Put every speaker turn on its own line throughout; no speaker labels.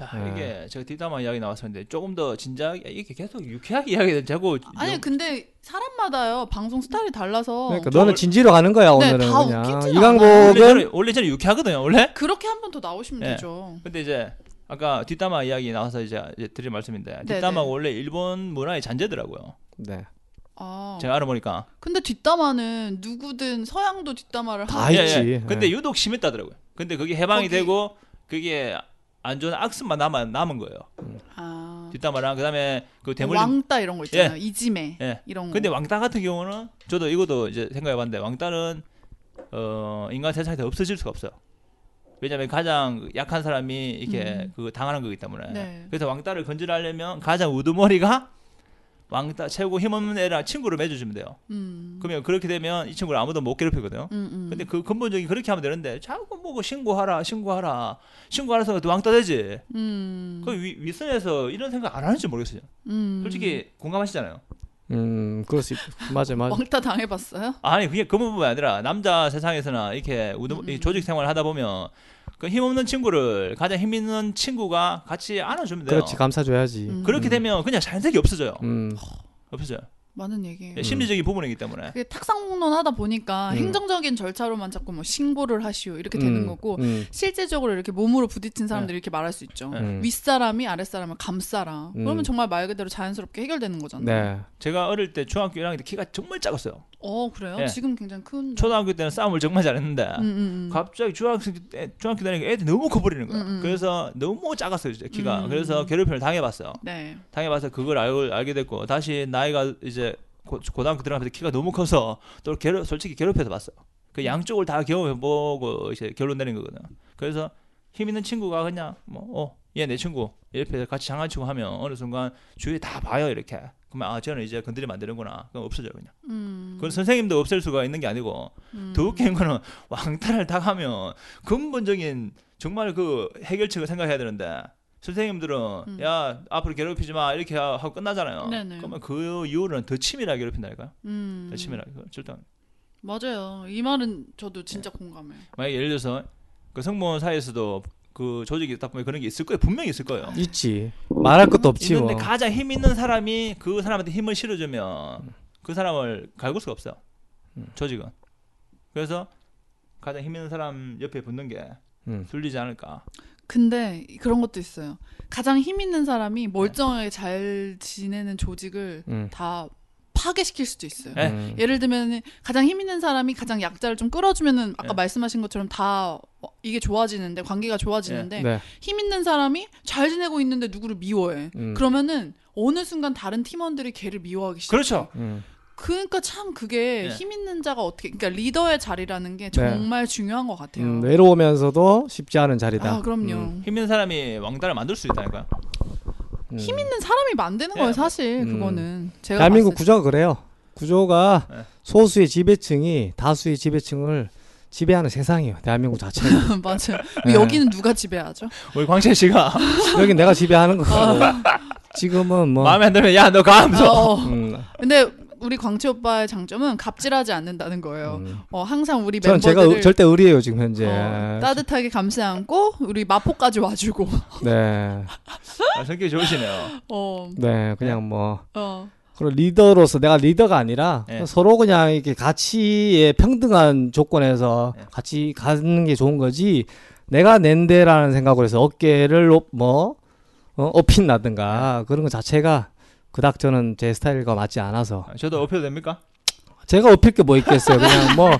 야,
네.
이게 제가 뒷담화 이야기 나왔었는데 조금 더 진지하게 이렇게 계속 유쾌하게 이야기는 자꾸
아니 근데 사람마다요 방송 스타일이 달라서
그러니까
저
너는
원-
진지로 가는 거야
네,
오늘은
다
그냥
웃기진
원래
이강복은
네, 저는 원래 저는 유쾌하거든요 원래
그렇게 한 번 더 나오시면
네.
되죠.
근데 이제 아까 뒷담화 이야기 나와서 이제, 이제 드릴 말씀인데
네,
뒷담화가
네.
원래 일본 문화의 잔재더라고요
네.
아
제가 알아보니까
근데 뒷담화는 누구든 서양도 뒷담화를
다
하.
아, 있지.
근데
예.
유독 심했다더라고요 근데 그게 해방이
거기-
되고 그게 안 좋은 악습만 남아 남은 거예요
아,
뒷담화랑 그다음에 그 대물림
왕따 이런 거 있잖아요. 이지메
예.
이런 거.
근데 왕따 같은 경우는 저도 이것도 이제 생각해봤는데 왕따는 어, 인간 세상에서 없어질 수가 없어요. 왜냐하면 가장 약한 사람이 이렇게
음.
그 당하는 거기 때문에.
네.
그래서 왕따를 건질하려면 가장 우두머리가 왕따 최고 힘없는 애랑 친구를 맺어주면 돼요.
음.
그러면 그렇게 되면 이 친구를 아무도 못 괴롭히거든요.
음, 음.
근데 그 근본적인 그렇게 하면 되는데 자꾸 뭐고 그 신고하라, 신고하라, 신고하라서 또 왕따 되지.
음.
그 위, 윗선에서 이런 생각 안 하는지 모르겠어요.
음.
솔직히 공감하시잖아요.
음 그럴 수 있... 맞아 맞아
왕따 당해봤어요?
아니 그게 그 부분이 아니라 남자 세상에서나 이렇게 우드,
음.
이 조직 생활을 하다 보면 그 힘없는 친구를 가장 힘있는 친구가 같이 안아주면 돼요.
그렇지 감사줘야지
음.
게 되면 그냥 자연스럽게 없어져요.
음
없어져요.
많은 얘기.
예, 심리적인 부분이기 때문에.
그게 탁상공론 하다 보니까
음.
행정적인 절차로만 자꾸 뭐 신고를 하시오 이렇게 되는
음,
거고
음.
실제적으로 이렇게 몸으로 부딪힌 사람들이 이렇게 말할 수 있죠.
네.
음.
윗사람이 아랫사람을 감싸라.
음.
그러면 정말 말 그대로 자연스럽게 해결되는 거잖아요.
네
제가 어릴 때 중학교 1학년 때 키가 정말 작았어요.
어 그래요?
예.
지금 굉장히 큰.
초등학교 때는 싸움을 정말 잘했는데
음, 음, 음.
갑자기 중학생 때 중학교 다니니까 애들이 너무 커버리는 거예요.
음, 음.
그래서 너무 작았어요 진짜 키가.
음.
그래서 괴롭힘을 당해봤어요.
네.
당해봐서 그걸 알, 알게 됐고 다시 나이가 이제 고, 고등학교 들어가면서 키가 너무 커서 또 괴롭, 솔직히 괴롭혀서 봤어요.
음.
그 양쪽을 다 경험해보고 이제 결론 내린 거거든. 요 그래서 힘 있는 친구가 그냥 뭐어얘 내 친구 이렇게 같이 장난치고 하면 어느 순간 주위에 다 봐요 이렇게. 그러면 아 저는 이제 건드리면 안 되는구나. 그럼 없어져 요 그냥.
음.
그건 선생님도 없앨 수가 있는 게 아니고
음.
더 웃긴 거는 왕따를 당하면 근본적인 정말 그 해결책을 생각해야 되는데 선생님들은
음.
야 앞으로 괴롭히지 마 이렇게 하- 하고 끝나잖아요.
네네.
그러면 그 이후로는 더 치밀하게 괴롭힌다니까요.
음.
더 치밀하게 그걸 절대. 안-
맞아요. 이 말은 저도 진짜
예.
공감해요.
만약 예를 들어서 그 성모 사이에서도 그 조직이 있다 보면 그런 게 있을 거예요. 분명히 있을 거예요.
있지
음,
말할 것도 없지 뭐
있는데 가장 힘 있는 사람이 그 사람한테 힘을 실어주면 그 사람을 갈굴 수가 없어요. 조직은. 그래서 가장 힘 있는 사람 옆에 붙는 게
음.
둘리지 않을까.
근데 그런 것도 있어요. 가장 힘 있는 사람이
예.
멀쩡하게 잘 지내는 조직을
음.
다 파괴시킬 수도 있어요.
예.
음.
예를 들면 가장 힘 있는 사람이 가장 약자를 좀 끌어주면은 아까
예.
말씀하신 것처럼 다 어, 이게 좋아지는데 관계가 좋아지는데
예.
네.
힘 있는 사람이 잘 지내고 있는데 누구를 미워해.
음.
그러면은 어느 순간 다른 팀원들이 걔를 미워하기 시작.
그렇죠.
음.
그러니까 참 그게
예.
힘 있는 자가 어떻게 그러니까 리더의 자리라는 게 정말 중요한 것 같아요.
네. 음, 외로우면서도 쉽지 않은 자리다.
아 그럼요.
음,
힘 있는 사람이 왕따를 만들 수 있다니까요.
음.
힘 있는 사람이 만드는 거예요
예.
사실
음.
그거는 제가
대한민국
봤을
구조가 그래요. 구조가
네.
소수의 지배층이 다수의 지배층을 지배하는 세상이에요. 대한민국 자체가.
때. 맞아요
예.
여기는 누가 지배하죠
우리 광채 씨가
여긴 내가 지배하는 거고.
아.
지금은 뭐
마음에 안 들면 야 너 가면서
어, 어.
음,
근데 우리 광채 오빠의 장점은 갑질하지 않는다는 거예요
음.
어, 항상 우리
저는 제가
멤버들을
의- 절대 의리예요 지금 현재.
어, 따뜻하게 감싸안고 우리 마포까지 와주고
네,
아, 성격이 좋으시네요.
어,
네, 그냥 뭐
어.
그런 리더로서 내가 리더가 아니라
네.
서로 그냥 이렇게 가치의 평등한 조건에서
네.
같이 가는 게 좋은 거지 내가 낸데라는 생각으로 해서 어깨를 높- 뭐 어, 업힌다든가
네.
그런 것 자체가 그닥 저는 제 스타일과 맞지 않아서
아, 저도 업혀도 됩니까?
제가 업힐 게 뭐 있겠어요 그냥 뭐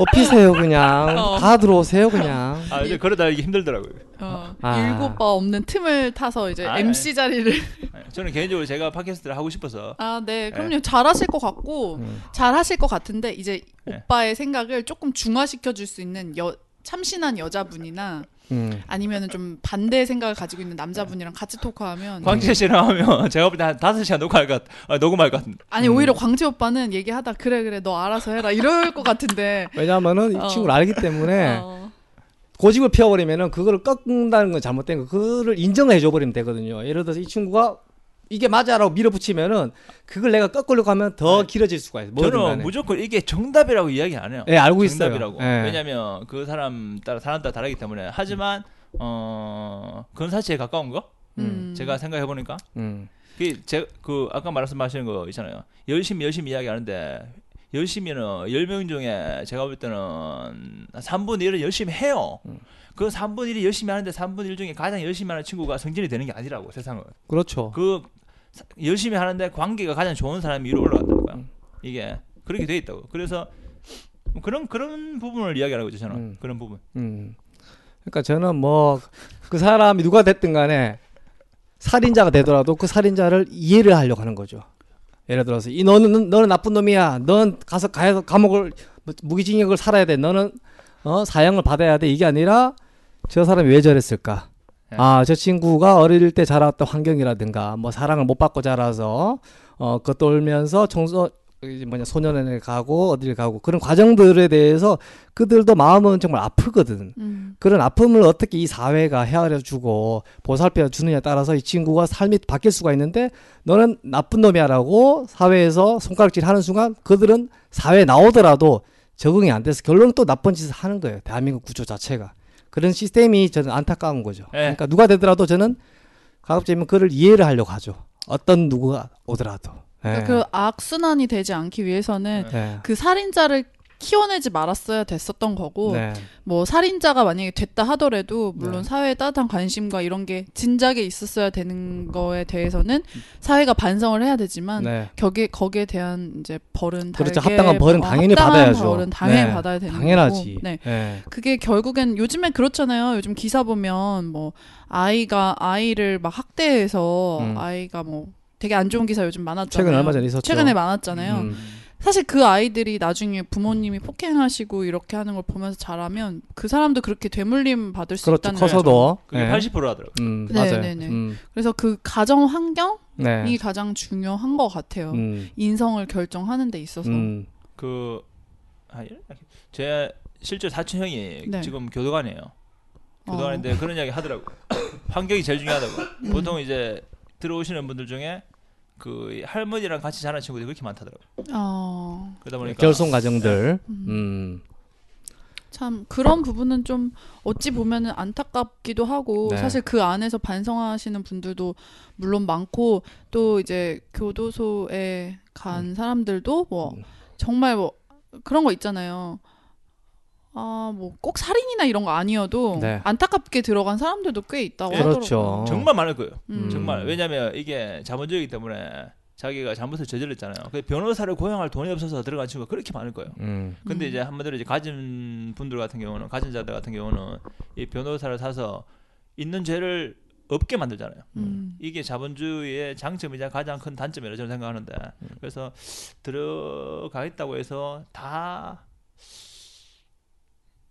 업히세요 그냥
어.
다 들어오세요 그냥
아 이제 걸어다니기 힘들더라고요.
어,
아.
일곱 바 없는 틈을 타서 이제
아, 아.
MC 자리를
아, 저는 개인적으로 제가 팟캐스트를 하고 싶어서
아 네 그럼요 잘하실 것 같고
음.
잘하실 것 같은데 이제
네.
오빠의 생각을 조금 중화시켜 줄 수 있는 여, 참신한 여자분이나
음.
아니면은 좀 반대의 생각을 가지고 있는 남자분이랑 같이 토크하면
광채 씨랑 하면 제가 볼 때 한 다섯 시간 녹화할 것 같, 아, 녹음할 것 같은데.
아니 오히려 광재 오빠는 얘기하다 그래 그래 너 알아서 해라 이럴 것 같은데
왜냐하면은
어.
이 친구를 알기 때문에
어.
고집을 피워버리면은 그거를 꺾는다는 건 잘못된 거 그거를 인정해 줘버리면 되거든요 예를 들어서 이 친구가 이게 맞아라고 밀어붙이면은 그걸 내가 꺾으려고 하면 더 길어질 수가 있어요 뭐든
네. 저는
간에.
무조건 이게 정답이라고 이야기 안 해요.
예 알고 있어요
정답이라고.
예.
왜냐하면 그 사람 따라 사람 따라 다르기 때문에. 하지만 어 그런 사실에 가까운 거?
음.
제가 생각해 보니까
음.
그게 제그 아까 말씀하신 거 있잖아요. 열심히 열심히 이야기하는데 열심히는 10명 중에 제가 볼 때는 3분 1을 열심히 해요. 그 3분 1이 열심히 하는데 3분 1 중에 가장 열심히 하는 친구가 성질이 되는 게 아니라고 세상은.
그렇죠.
그 사- 열심히 하는데 관계가 가장 좋은 사람이 위로 올라간다니까.
음.
이게 그렇게 돼 있다고. 그래서 뭐 그런 그런 부분을 이야기하고 있잖아.
음.
그런 부분.
음. 그러니까 저는 뭐 그 사람이 누가 됐든 간에 살인자가 되더라도 그 살인자를 이해를 하려고 하는 거죠. 예를 들어서 이 너는 너는 나쁜 놈이야. 넌 가서 가서 감옥을 뭐, 무기징역을 살아야 돼. 너는 어, 사형을 받아야 돼. 이게 아니라 저 사람이 왜 저랬을까?
예.
아, 저 친구가 어릴 때 자랐던 환경이라든가 뭐 사랑을 못 받고 자라서 어, 겉돌면서 청소 그 이제 뭐냐 소년원에 가고 어디를 가고 그런 과정들에 대해서 그들도 마음은 정말 아프거든.
음.
그런 아픔을 어떻게 이 사회가 헤아려 주고 보살펴 주느냐에 따라서 이 친구가 삶이 바뀔 수가 있는데 너는 나쁜 놈이야라고 사회에서 손가락질 하는 순간 그들은 사회에 나오더라도 적응이 안 돼서 결론은 또 나쁜 짓을 하는 거예요. 대한민국 구조 자체가. 그런 시스템이 저는 안타까운 거죠.
예.
그러니까 누가 되더라도 저는 가급적이면 그를 이해를 하려고 하죠. 어떤 누구가 오더라도. 예.
그러니까 그 악순환이 되지 않기 위해서는
네.
그 살인자를 키워내지 말았어야 됐었던 거고
네.
뭐 살인자가 만약에 됐다 하더라도
네.
물론 사회에 따뜻한 관심과 이런 게 진작에 있었어야 되는 거에 대해서는 사회가 반성을 해야 되지만
네.
거기에 거기에 대한 이제 벌은
그렇죠.
달게-
합당한 벌은
어,
당연히
합당한
받아야죠.
벌은 당연히
네.
받아야 되는
당연하지.
거고. 네.
예.
그게 결국엔 요즘엔 그렇잖아요. 요즘 기사 보면 뭐 아이가 아이를 막 학대해서
음.
아이가 뭐 되게 안 좋은 기사 요즘 많았잖아요.
최근 얼마 전에 있었죠.
최근에 많았잖아요.
음.
사실 그 아이들이 나중에 부모님이 폭행하시고 이렇게 하는 걸 보면서 자라면 그 사람도 그렇게 되물림 받을 수
그렇죠.
있다는 거죠.
커서도
그게
예.
80%라더라고.
음,
네,
맞아요.
네, 네.
음,
그래서 그 가정 환경이
네.
가장 중요한 것 같아요.
음,
인성을 결정하는 데 있어서.
음,
그 아, 예? 제 실제 사촌 형이
네.
지금 교도관이에요.
어. 음.
교도관인데 그런 이야기 하더라고. 환경이 제일 중요하다고. 보통 이제 들어오시는 분들 중에 그이 할머니랑 같이 자란 친구들이 그렇게 많다더라고.
어,
그러다 보니까
네. 결손 가정들.
음.
음,
참 그런 부분은 좀 어찌 보면은 안타깝기도 하고
네.
사실 그 안에서 반성하시는 분들도 물론 많고 또 이제 교도소에 간 사람들도 뭐
음.
정말 뭐 그런 거 있잖아요. 아 뭐 꼭 살인이나 이런 거 아니어도
네.
안타깝게 들어간 사람들도 꽤 있다고
예.
하더라고요.
그렇죠.
정말 많을 거예요.
음.
정말 왜냐면 이게 자본주의이기 때문에 자기가 잘못을 저질렀잖아요. 그 변호사를 고용할 돈이 없어서 들어간 친구가 그렇게 많을 거예요.
음,
근데
음.
이제 한마디로 이제 가진 분들 같은 경우는 가진 자들 같은 경우는 이 변호사를 사서 있는 죄를 없게 만들잖아요.
음.
이게 자본주의의 장점이자 가장 큰 단점이라고 저는 생각하는데 그래서 들어가겠다고 해서 다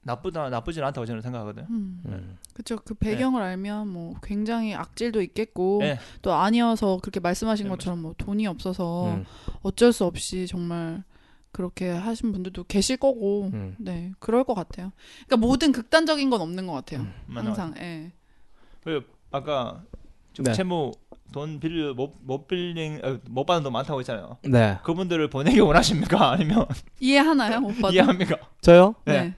나쁘다 나쁘진 않다고 저는 생각하거든요.
음.
음.
그렇죠. 그 배경을 알면 뭐 굉장히 악질도 있겠고
네.
예.
또 아니어서 그렇게 말씀하신
네,
것처럼 뭐 돈이 없어서
음,
어쩔 수 없이 정말 그렇게 하신 분들도 계실 거고
음.
네 그럴 것 같아요. 그러니까 모든 극단적인 건 없는 것 같아요.
음, 맞나?
항상 예.
그리고 아까 좀
네.
채무 돈 빌려 못못 빌린 어, 못 받은 돈 많다고 했잖아요.
네.
그분들을 보내기 원하십니까? 아니면
이해하나요, 오빠도?
어, 이해합니까?
저요?
네.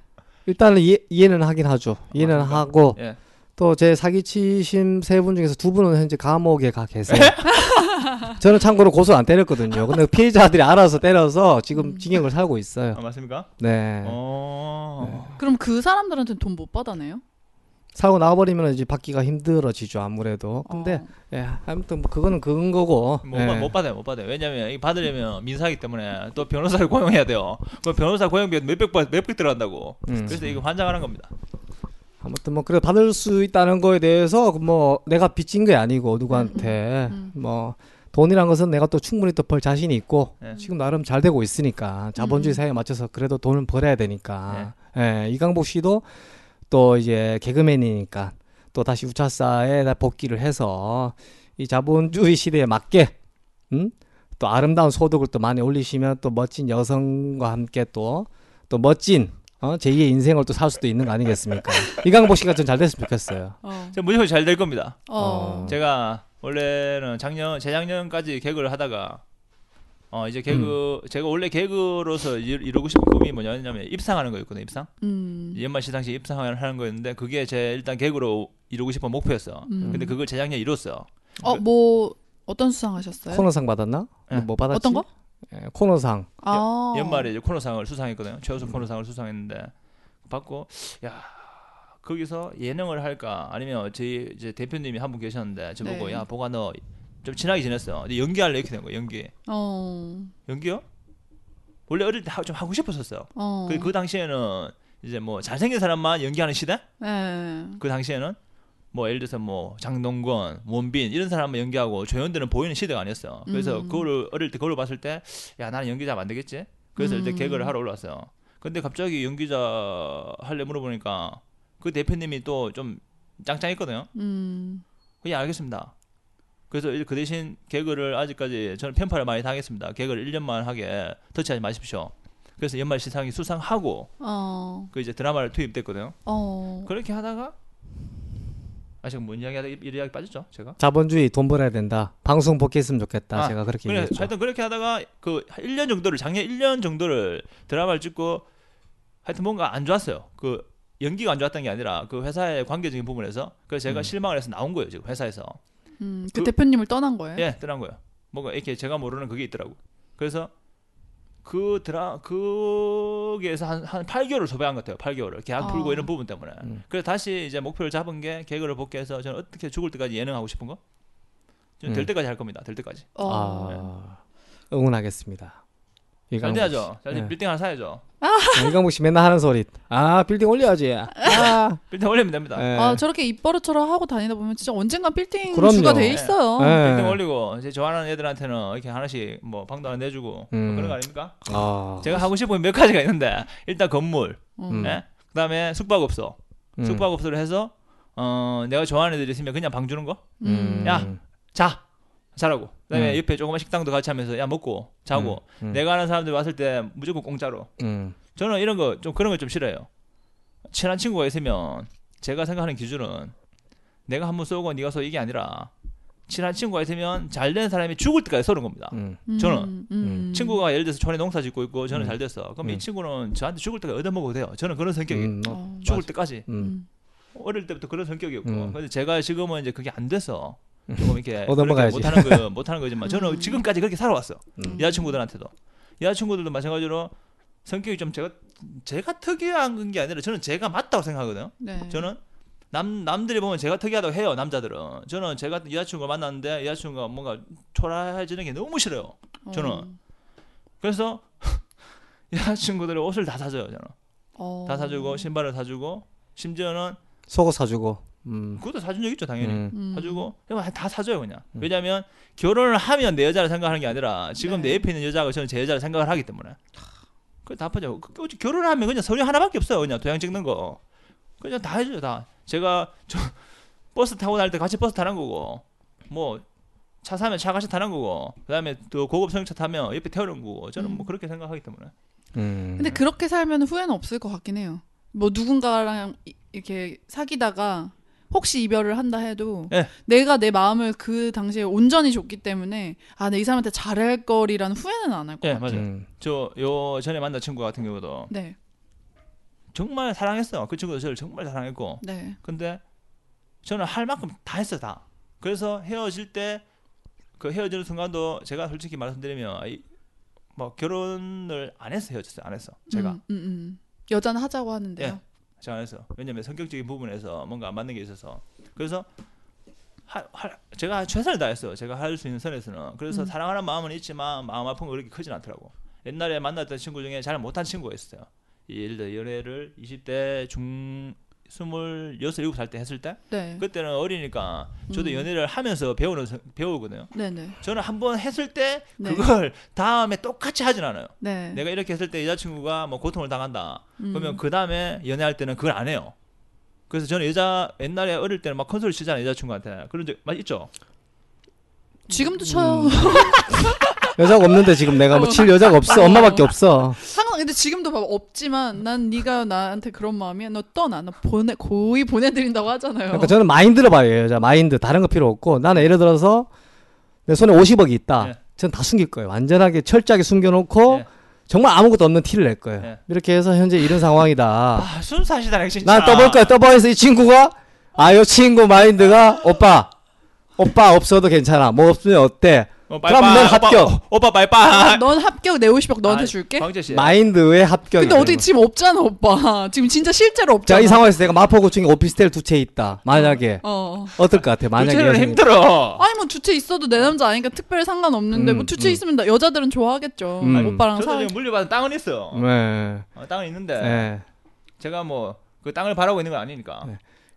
일단은 이해, 이해는 하긴 하죠. 이해는
맞습니다.
하고
예.
또 제 사기치신 세 분 중에서 두 분은 현재 감옥에 가 계세요. 저는 참고로 고소 안 때렸거든요. 근데 피해자들이 알아서 때려서 지금
음.
징역을 살고 있어요.
아, 맞습니까?
네.
어.
그럼 그 사람들한테 돈 못 받아내요?
살고 나와버리면 이제 받기가 힘들어지죠 아무래도. 근데
어.
예, 아무튼 뭐 그거는 그건 거고.
못,
예.
받- 못 받아요, 못 받아요. 왜냐면 이거 받으려면 민사기 때문에 또 변호사를 고용해야 돼요. 그 변호사 고용비 몇백 번- 몇백 들어간다고.
음.
그래서 이거 환장하는 겁니다.
아무튼 뭐 그래 받을 수 있다는 거에 대해서 뭐 내가 빚진 게 아니고 누구한테
음,
뭐 돈이란 것은 내가 또 충분히 또 벌 자신이 있고
네.
지금 나름 잘 되고 있으니까 자본주의
음. 네.
사회에 맞춰서 그래도 돈을 벌어야 되니까 예, 이강복 씨도 또 이제 개그맨이니까 또 다시 우차사에 다 복귀를 해서 이 자본주의 시대에 맞게 음? 또 아름다운 소득을 또 많이 올리시면 또 멋진 여성과 함께 또 또 멋진 어? 제2의 인생을 또 살 수도 있는 거 아니겠습니까? 이강복 씨가 좀 잘 됐으면 좋겠어요.
어.
제가 무조건 잘 될 겁니다.
어.
어.
제가 원래는 작년, 재작년까지 개그를 하다가 어 이제 개그
음.
제가 원래 개그로서 일- 이루고 싶은 꿈이 뭐냐면 입상하는 거였거든요. 입상.
음.
연말 시상식 입상을 하는 거였는데 그게 제 일단 개그로 이루고 싶은 목표였어.
음.
근데 그걸 재작년에 이뤘어.
어,
그
뭐 어떤 수상하셨어요?
코너상 받았나?
예.
뭐 받았지?
네. 어떤 거?
예, 코너상.
아.
연말에 이제 코너상을 수상했거든요. 최우수 코너상을 수상했는데 받고 야 거기서 예능을 할까 아니면 저희 이제 대표님이 한 분 계셨는데 저보고
네.
야 보가 너 좀 친하게 지냈어. 근데 연기할래 이렇게 된 거야. 연기.
어.
연기요? 원래 어릴 때 좀 하고 싶었었어요.
어.
그, 그 당시에는 이제 뭐 잘생긴 사람만 연기하는 시대?
네.
그 당시에는 뭐 예를 들어서 뭐 장동건, 원빈 이런 사람만 연기하고 조연들은 보이는 시대가 아니었어요. 그래서
음.
그거를 어릴 때 그걸 봤을 때 야 나는 연기자 하면 안 되겠지? 그래서 일단
음.
개그를 하러 올라왔어요. 근데 갑자기 연기자 할래 물어보니까 그 대표님이 또 좀 짱짱했거든요.
음.
그냥 알겠습니다. 그래서 이제 그 대신 개그를 아직까지 저는 편파를 많이 당했습니다. 개그를 1년만 하게 터치하지 마십시오. 그래서 연말 시상이 수상하고
어.
그 이제 드라마를 투입됐거든요.
어.
그렇게 하다가 아 지금 뭔 이야기 하다 이 이야기 빠졌죠 제가?
자본주의 돈 벌어야 된다. 방송 복귀했으면 좋겠다.
아,
제가 그렇게
그래,
얘기했죠.
하여튼 그렇게 하다가 그 1년 정도를 작년 1년 정도를 드라마를 찍고 하여튼 뭔가 안 좋았어요. 그 연기가 안 좋았던 게 아니라 그 회사의 관계적인 부분에서 그래서 제가
음.
실망을 해서 나온 거예요 지금 회사에서.
음. 그,
그-
대표님을 떠난 거예요?
예, 떠난 거예요. 뭔가 이렇게 제가 모르는 그게 있더라고. 그래서 그 드라 그게에서 한한 8개월을 소비한 것 같아요. 8개월을 계약 풀고
어.
이런 부분 때문에.
음.
그래서 다시 이제 목표를 잡은 게 개그를 복귀해서 저는 어떻게 죽을 때까지 예능하고 싶은 거. 좀될
음.
때까지 할 겁니다. 될 때까지.
어.
아, 응원하겠습니다.
잘
이강복
돼야죠.
씨.
잘
예.
돼- 빌딩 하나 사야죠.
아, 이강복 씨 맨날 하는 소리. 아 빌딩 올려야지. 아,
빌딩 올리면 됩니다.
예.
아, 저렇게 입버릇처럼 하고 다니다 보면 진짜 언젠간 빌딩
그럼요.
주가 돼 있어요.
예.
빌딩 올리고 이제 좋아하는 애들한테는 이렇게 하나씩 뭐 방도 하나 내주고 뭐
음.
그런 거 아닙니까?
아,
제가 하고 싶은 몇 가지가 있는데 일단 건물,
음.
예? 그다음에 숙박업소.
음.
숙박업소를 해서 어 내가 좋아하는 애들 있으면 그냥 방 주는 거?
음.
야, 자! 자라고 그다음에
음.
옆에 조그만 식당도 같이 하면서 야 먹고 자고
음, 음,
내가 아는 사람들 왔을 때 무조건 공짜로
음,
저는 이런 거 좀 그런 걸 좀 싫어해요 친한 친구가 있으면 제가 생각하는 기준은 내가 한 번 쏘고 네가 쏘 이게 아니라 친한 친구가 있으면 잘 된 사람이 죽을 때까지 쏘는 겁니다
음.
저는
음.
친구가 예를 들어서 촌에 농사 짓고 있고 저는
음.
잘 됐어 그럼
음.
이 친구는 저한테 죽을 때까지 얻어먹어도 돼요 저는 그런 성격이
음, 어,
어.
뭐 죽을
맞아.
때까지
음.
어릴 때부터 그런 성격이었고
음.
근데 제가 지금은 이제 그게 안 돼서 조금 이렇게
얻어먹어야지.
그렇게 못하는 거 못하는 거지만 저는
음.
지금까지 그렇게 살아왔어
음.
여자친구들한테도 여자친구들도 마찬가지로 성격이 좀 제가 제가 특이한 게 아니라 저는 제가 맞다고 생각하거든요
네.
음.
저는 남 남들이 보면 제가 특이하다고 해요 남자들은 저는 제가 여자친구를 만났는데 여자친구가 뭔가 초라해지는 게 너무 싫어요
어.
저는 그래서 여자친구들의 옷을 다 사줘요 저는
어.
다 사주고 신발을 사주고 심지어는
속옷 사주고. 음.
그것도 사준 적 있죠 당연히
음.
음.
사주고 그냥 다 사줘요 그냥
음.
왜냐하면 결혼을 하면 내 여자를 생각하는 게 아니라 지금
네.
내 옆에 있는 여자하고 저는 제 여자를 생각을 하기 때문에 그 나쁘죠 그- 그- 결혼하면 그냥 서류 하나밖에 없어요 그냥 도장 찍는 거 그냥 다 해줘요 다 제가 저 버스 타고 다닐 때 같이 버스 타는 거고 뭐 차 사면 차 같이 타는 거고 그다음에 또 고급 승용차 타면 옆에 태우는 거고 저는 뭐
음.
그렇게 생각하기 때문에
음.
근데 그렇게 살면 후회는 없을 것 같긴 해요. 뭐 누군가랑 이- 이렇게 사귀다가 혹시 이별을 한다 해도
예.
내가 내 마음을 그 당시에 온전히 줬기 때문에 아 내 이 사람한테 잘할 거리라는 후회는 안 할 것
예
같아요.
맞아요
음.
저 요 전에 만난 친구 같은 경우도
네,
정말 사랑했어요 그 친구도 저를 정말 사랑했고
네,
근데 저는 할 만큼 다 했어요 다 그래서 헤어질 때 그 헤어지는 순간도 제가 솔직히 말씀드리면 이, 뭐 결혼을 안 했어 헤어졌어요 안 했어 제가
음, 음, 음. 여자는 하자고 하는데요.
예. 제가 안 했어 왜냐면 성격적인 부분에서 뭔가 안 맞는 게 있어서 그래서 하, 하, 제가 최선을 다했어요 제가 할 수 있는 선에서는 그래서
음.
사랑하는 마음은 있지만 마음 아픈 거 그렇게 크진 않더라고 옛날에 만났던 친구 중에 잘 못한 친구가 있어요 예를 들어 연애를 20대 중 26, 7살 때 했을 때
네,
그때는 어리니까 저도
음.
연애를 하면서 배우는 서- 배우거든요.
네, 네,
저는 한 번 했을 때
네.
그걸 다음에 똑같이 하진 않아요.
네.
내가 이렇게 했을 때 여자친구가 뭐 고통을 당한다.
음.
그러면 그 다음에 연애할 때는 그걸 안 해요. 그래서 저는 여자 옛날에 어릴 때는 막 컨솔 치잖아요 여자친구한테 그런 적 많이 있죠. 음.
지금도 쳐요.
여자가 없는데 지금 내가 뭐 칠 여자가 없어.
어.
엄마밖에 없어.
항상 근데 지금도 봐 없지만 난 네가 나한테 그런 마음이야. 너 떠나. 너 보내 고의 보내드린다고 하잖아요.
어.
그러니까 저는 마인드를 봐요 여자 마인드 다른 거 필요 없고 나는 예를 들어서 내 손에 50억이 있다
네.
전 다 숨길 거예요. 완전하게 철저하게 숨겨놓고
예.
정말 아무것도 없는 티를 낼 거예요.
예.
이렇게 해서 현재 이런 상황이다.
아, 순사시다 진짜.
난 떠볼 거야. 떠봐서 이 친구가 아, 이 친구 마인드가 오빠, 오빠 없어도 괜찮아. 뭐 없으면 어때?
어,
그럼
빠이빠이.
넌 합격.
오빠, 어, 오빠 빠이빠이.
아, 넌 합격 내 50억 너한테
아,
줄게.
광재 씨.
마인드의 합격.
근데 어떻게 지금 없잖아 오빠. 지금 진짜 실제로 없잖아.
자이
뭐.
상황에서 내가 마포구청에 오피스텔 두 채 있다. 만약에
어.
어떨 것 같아? 만약에
교체는
여성이-
힘들어.
아니 뭐 주체 있어도 내 남자 아니니까 특별히 상관없는데
음,
뭐 주체
음.
있으면 나, 여자들은 좋아하겠죠.
음.
오빠랑
저도
사.
지금 물려받은 땅은 있어.
네.
어, 땅은 있는데
네.
제가 뭐 그 땅을 바라고 있는 건 아니니까.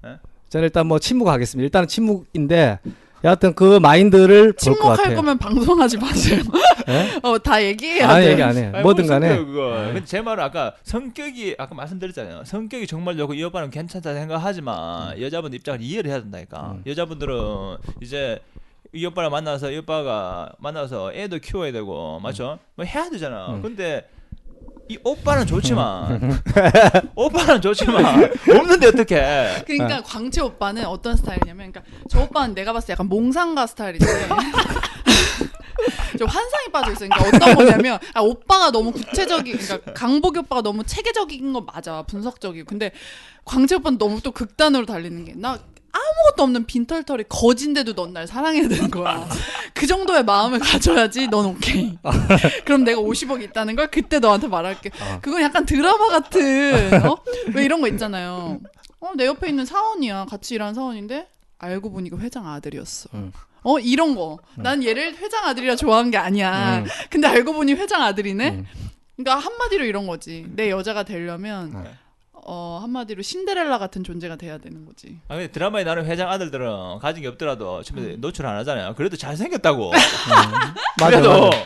네. 저는 일단 뭐 침묵하겠습니다. 일단은 침묵인데 여하튼 그 마인드를 볼 것
침묵할
같아요.
거면 방송하지 마세요.
예?
어 다 얘기해야
아
돼.
얘기 안 해.
아니,
뭐든
무슨
간에 네.
소리예요, 그거. 근데 제 말은 아까 성격이 아까 말씀드렸잖아요. 성격이 정말 좋고 이 오빠는 괜찮다 생각하지만 여자분 입장을 이해를 해야 된다니까.
음.
여자분들은 이제 이 오빠를 만나서 이 오빠가 만나서 애도 키워야 되고 맞죠? 뭐 해야 되잖아.
음.
근데 이 오빠는 좋지만 오빠는 좋지만 없는데 어떡해?
그러니까 광채 오빠는 어떤 스타일이냐면, 그러니까 저 오빠는 내가 봤을 때 약간 몽상가 스타일인데. 좀 환상에 빠져 있어요. 그러니까 어떤 거냐면 아, 오빠가 너무 구체적인, 그러니까 강복이 오빠가 너무 체계적인 건 맞아, 분석적이고. 근데 광채 오빠는 너무 또 극단으로 달리는 게 나 아무것도 없는 빈털털이 거진데도 넌 날 사랑해야 되는 거야. 그 정도의 마음을 가져야지 넌 오케이. 그럼 내가 50억 있다는 걸 그때 너한테 말할게.
아.
그건 약간 드라마 같은. 어? 왜 이런 거 있잖아요. 어, 내 옆에 있는 사원이야. 같이 일하는 사원인데 알고 보니까 그 회장 아들이었어.
음.
어 이런 거. 난 얘를 회장 아들이라 좋아한 게 아니야.
음.
근데 알고 보니 회장 아들이네.
음.
그러니까 한마디로 이런 거지. 내 여자가 되려면
네.
어 한마디로 신데렐라 같은 존재가 돼야 되는 거지.
아 근데 드라마에 나오는 회장 아들들은 가진 게 없더라도 집에 노출 안 하잖아요. 그래도 잘 생겼다고.
음. 맞아,
그래도
맞아.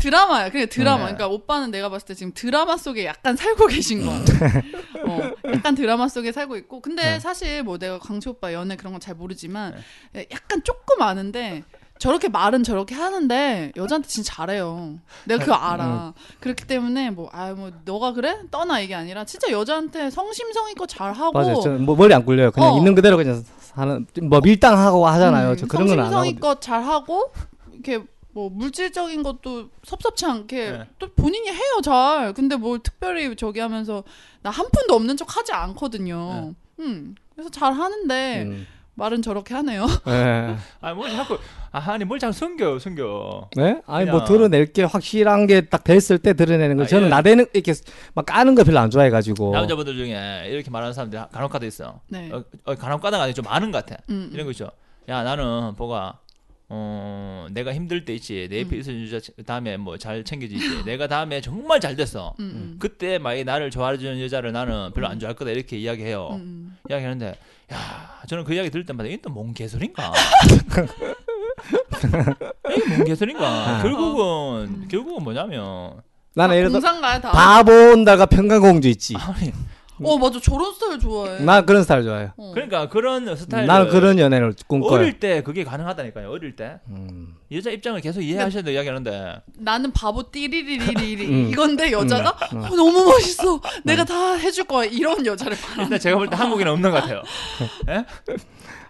드라마야. 그래 드라마.
네.
그러니까 오빠는 내가 봤을 때 지금 드라마 속에 약간 살고 계신 거 같아. 어, 약간 드라마 속에 살고 있고. 근데
네.
사실 뭐 내가 광채 오빠 연애 그런 건 잘 모르지만 예, 약간 조금 아는데 저렇게 말은 저렇게 하는데 여자한테 진짜 잘해요. 내가 그거
음.
알아. 그렇기 때문에 뭐 아 뭐 너가 그래? 떠나 이게 아니라 진짜 여자한테 성심성의껏 잘하고
맞아요. 저는 뭐 머리 안 굴려요. 그냥
어.
있는 그대로 그냥 하는 뭐 밀당하고 하잖아요.
음,
저 그런 건 안 하고.
성심성의껏 잘하고 이렇게 뭐 물질적인 것도 섭섭치 않게
네.
또 본인이 해요 잘. 근데 뭘 특별히 저기 하면서 나 한 푼도 없는 척 하지 않거든요.
네.
음. 그래서 잘 하는데
음.
말은 저렇게 하네요.
예.
아뭘 자꾸 아, 아니 뭘 자꾸 숨겨 숨겨.
네? 아니 뭐
그냥-
드러낼 게 확실한 게 딱 됐을 때 드러내는 거.
아,
저는
예.
나대는 이렇게 막 까는 거 별로 안 좋아해가지고.
남자분들 중에 이렇게 말하는 사람들이 간혹 가다 있어.
네.
어, 어, 간혹 가다가 아니 좀 많은 것 같아.
음.
이런 거 있죠. 야 나는 보가 어 내가 힘들 때 있지. 내
음.
옆에 있어 주자 다음에 뭐 잘 챙겨주지. 내가 다음에 정말 잘 됐어.
음, 음.
그때 만약에 나를 좋아해주는 여자를 나는 별로 안 좋아할 거다 이렇게 이야기해요.
음.
이야기하는데 야 저는 그 이야기 들을 때마다 이게 또뭔 개소린가. 이게 뭔 개소린가.
아.
결국은
음.
결국은 뭐냐면
나는 예를 들어
아, 공상가야 다.
바본다가 평강공주 있지.
아니
어 맞아 저런 스타일 좋아해.
난 그런 스타일 좋아해요.
어.
그러니까 그런 스타일
나는 그런 연애를 꿈꿔요.
어릴 때 그게 가능하다니까요. 어릴 때
음.
여자 입장을 계속 이해하셔야 된다 이야기하는데
나는 바보 띠리리리리리
음.
이건데 여자가 어, 너무 멋있어. 내가 다 해줄 거야. 이런 여자를 봐.
일단 제가 볼 때 한국에는 없는 것 같아요.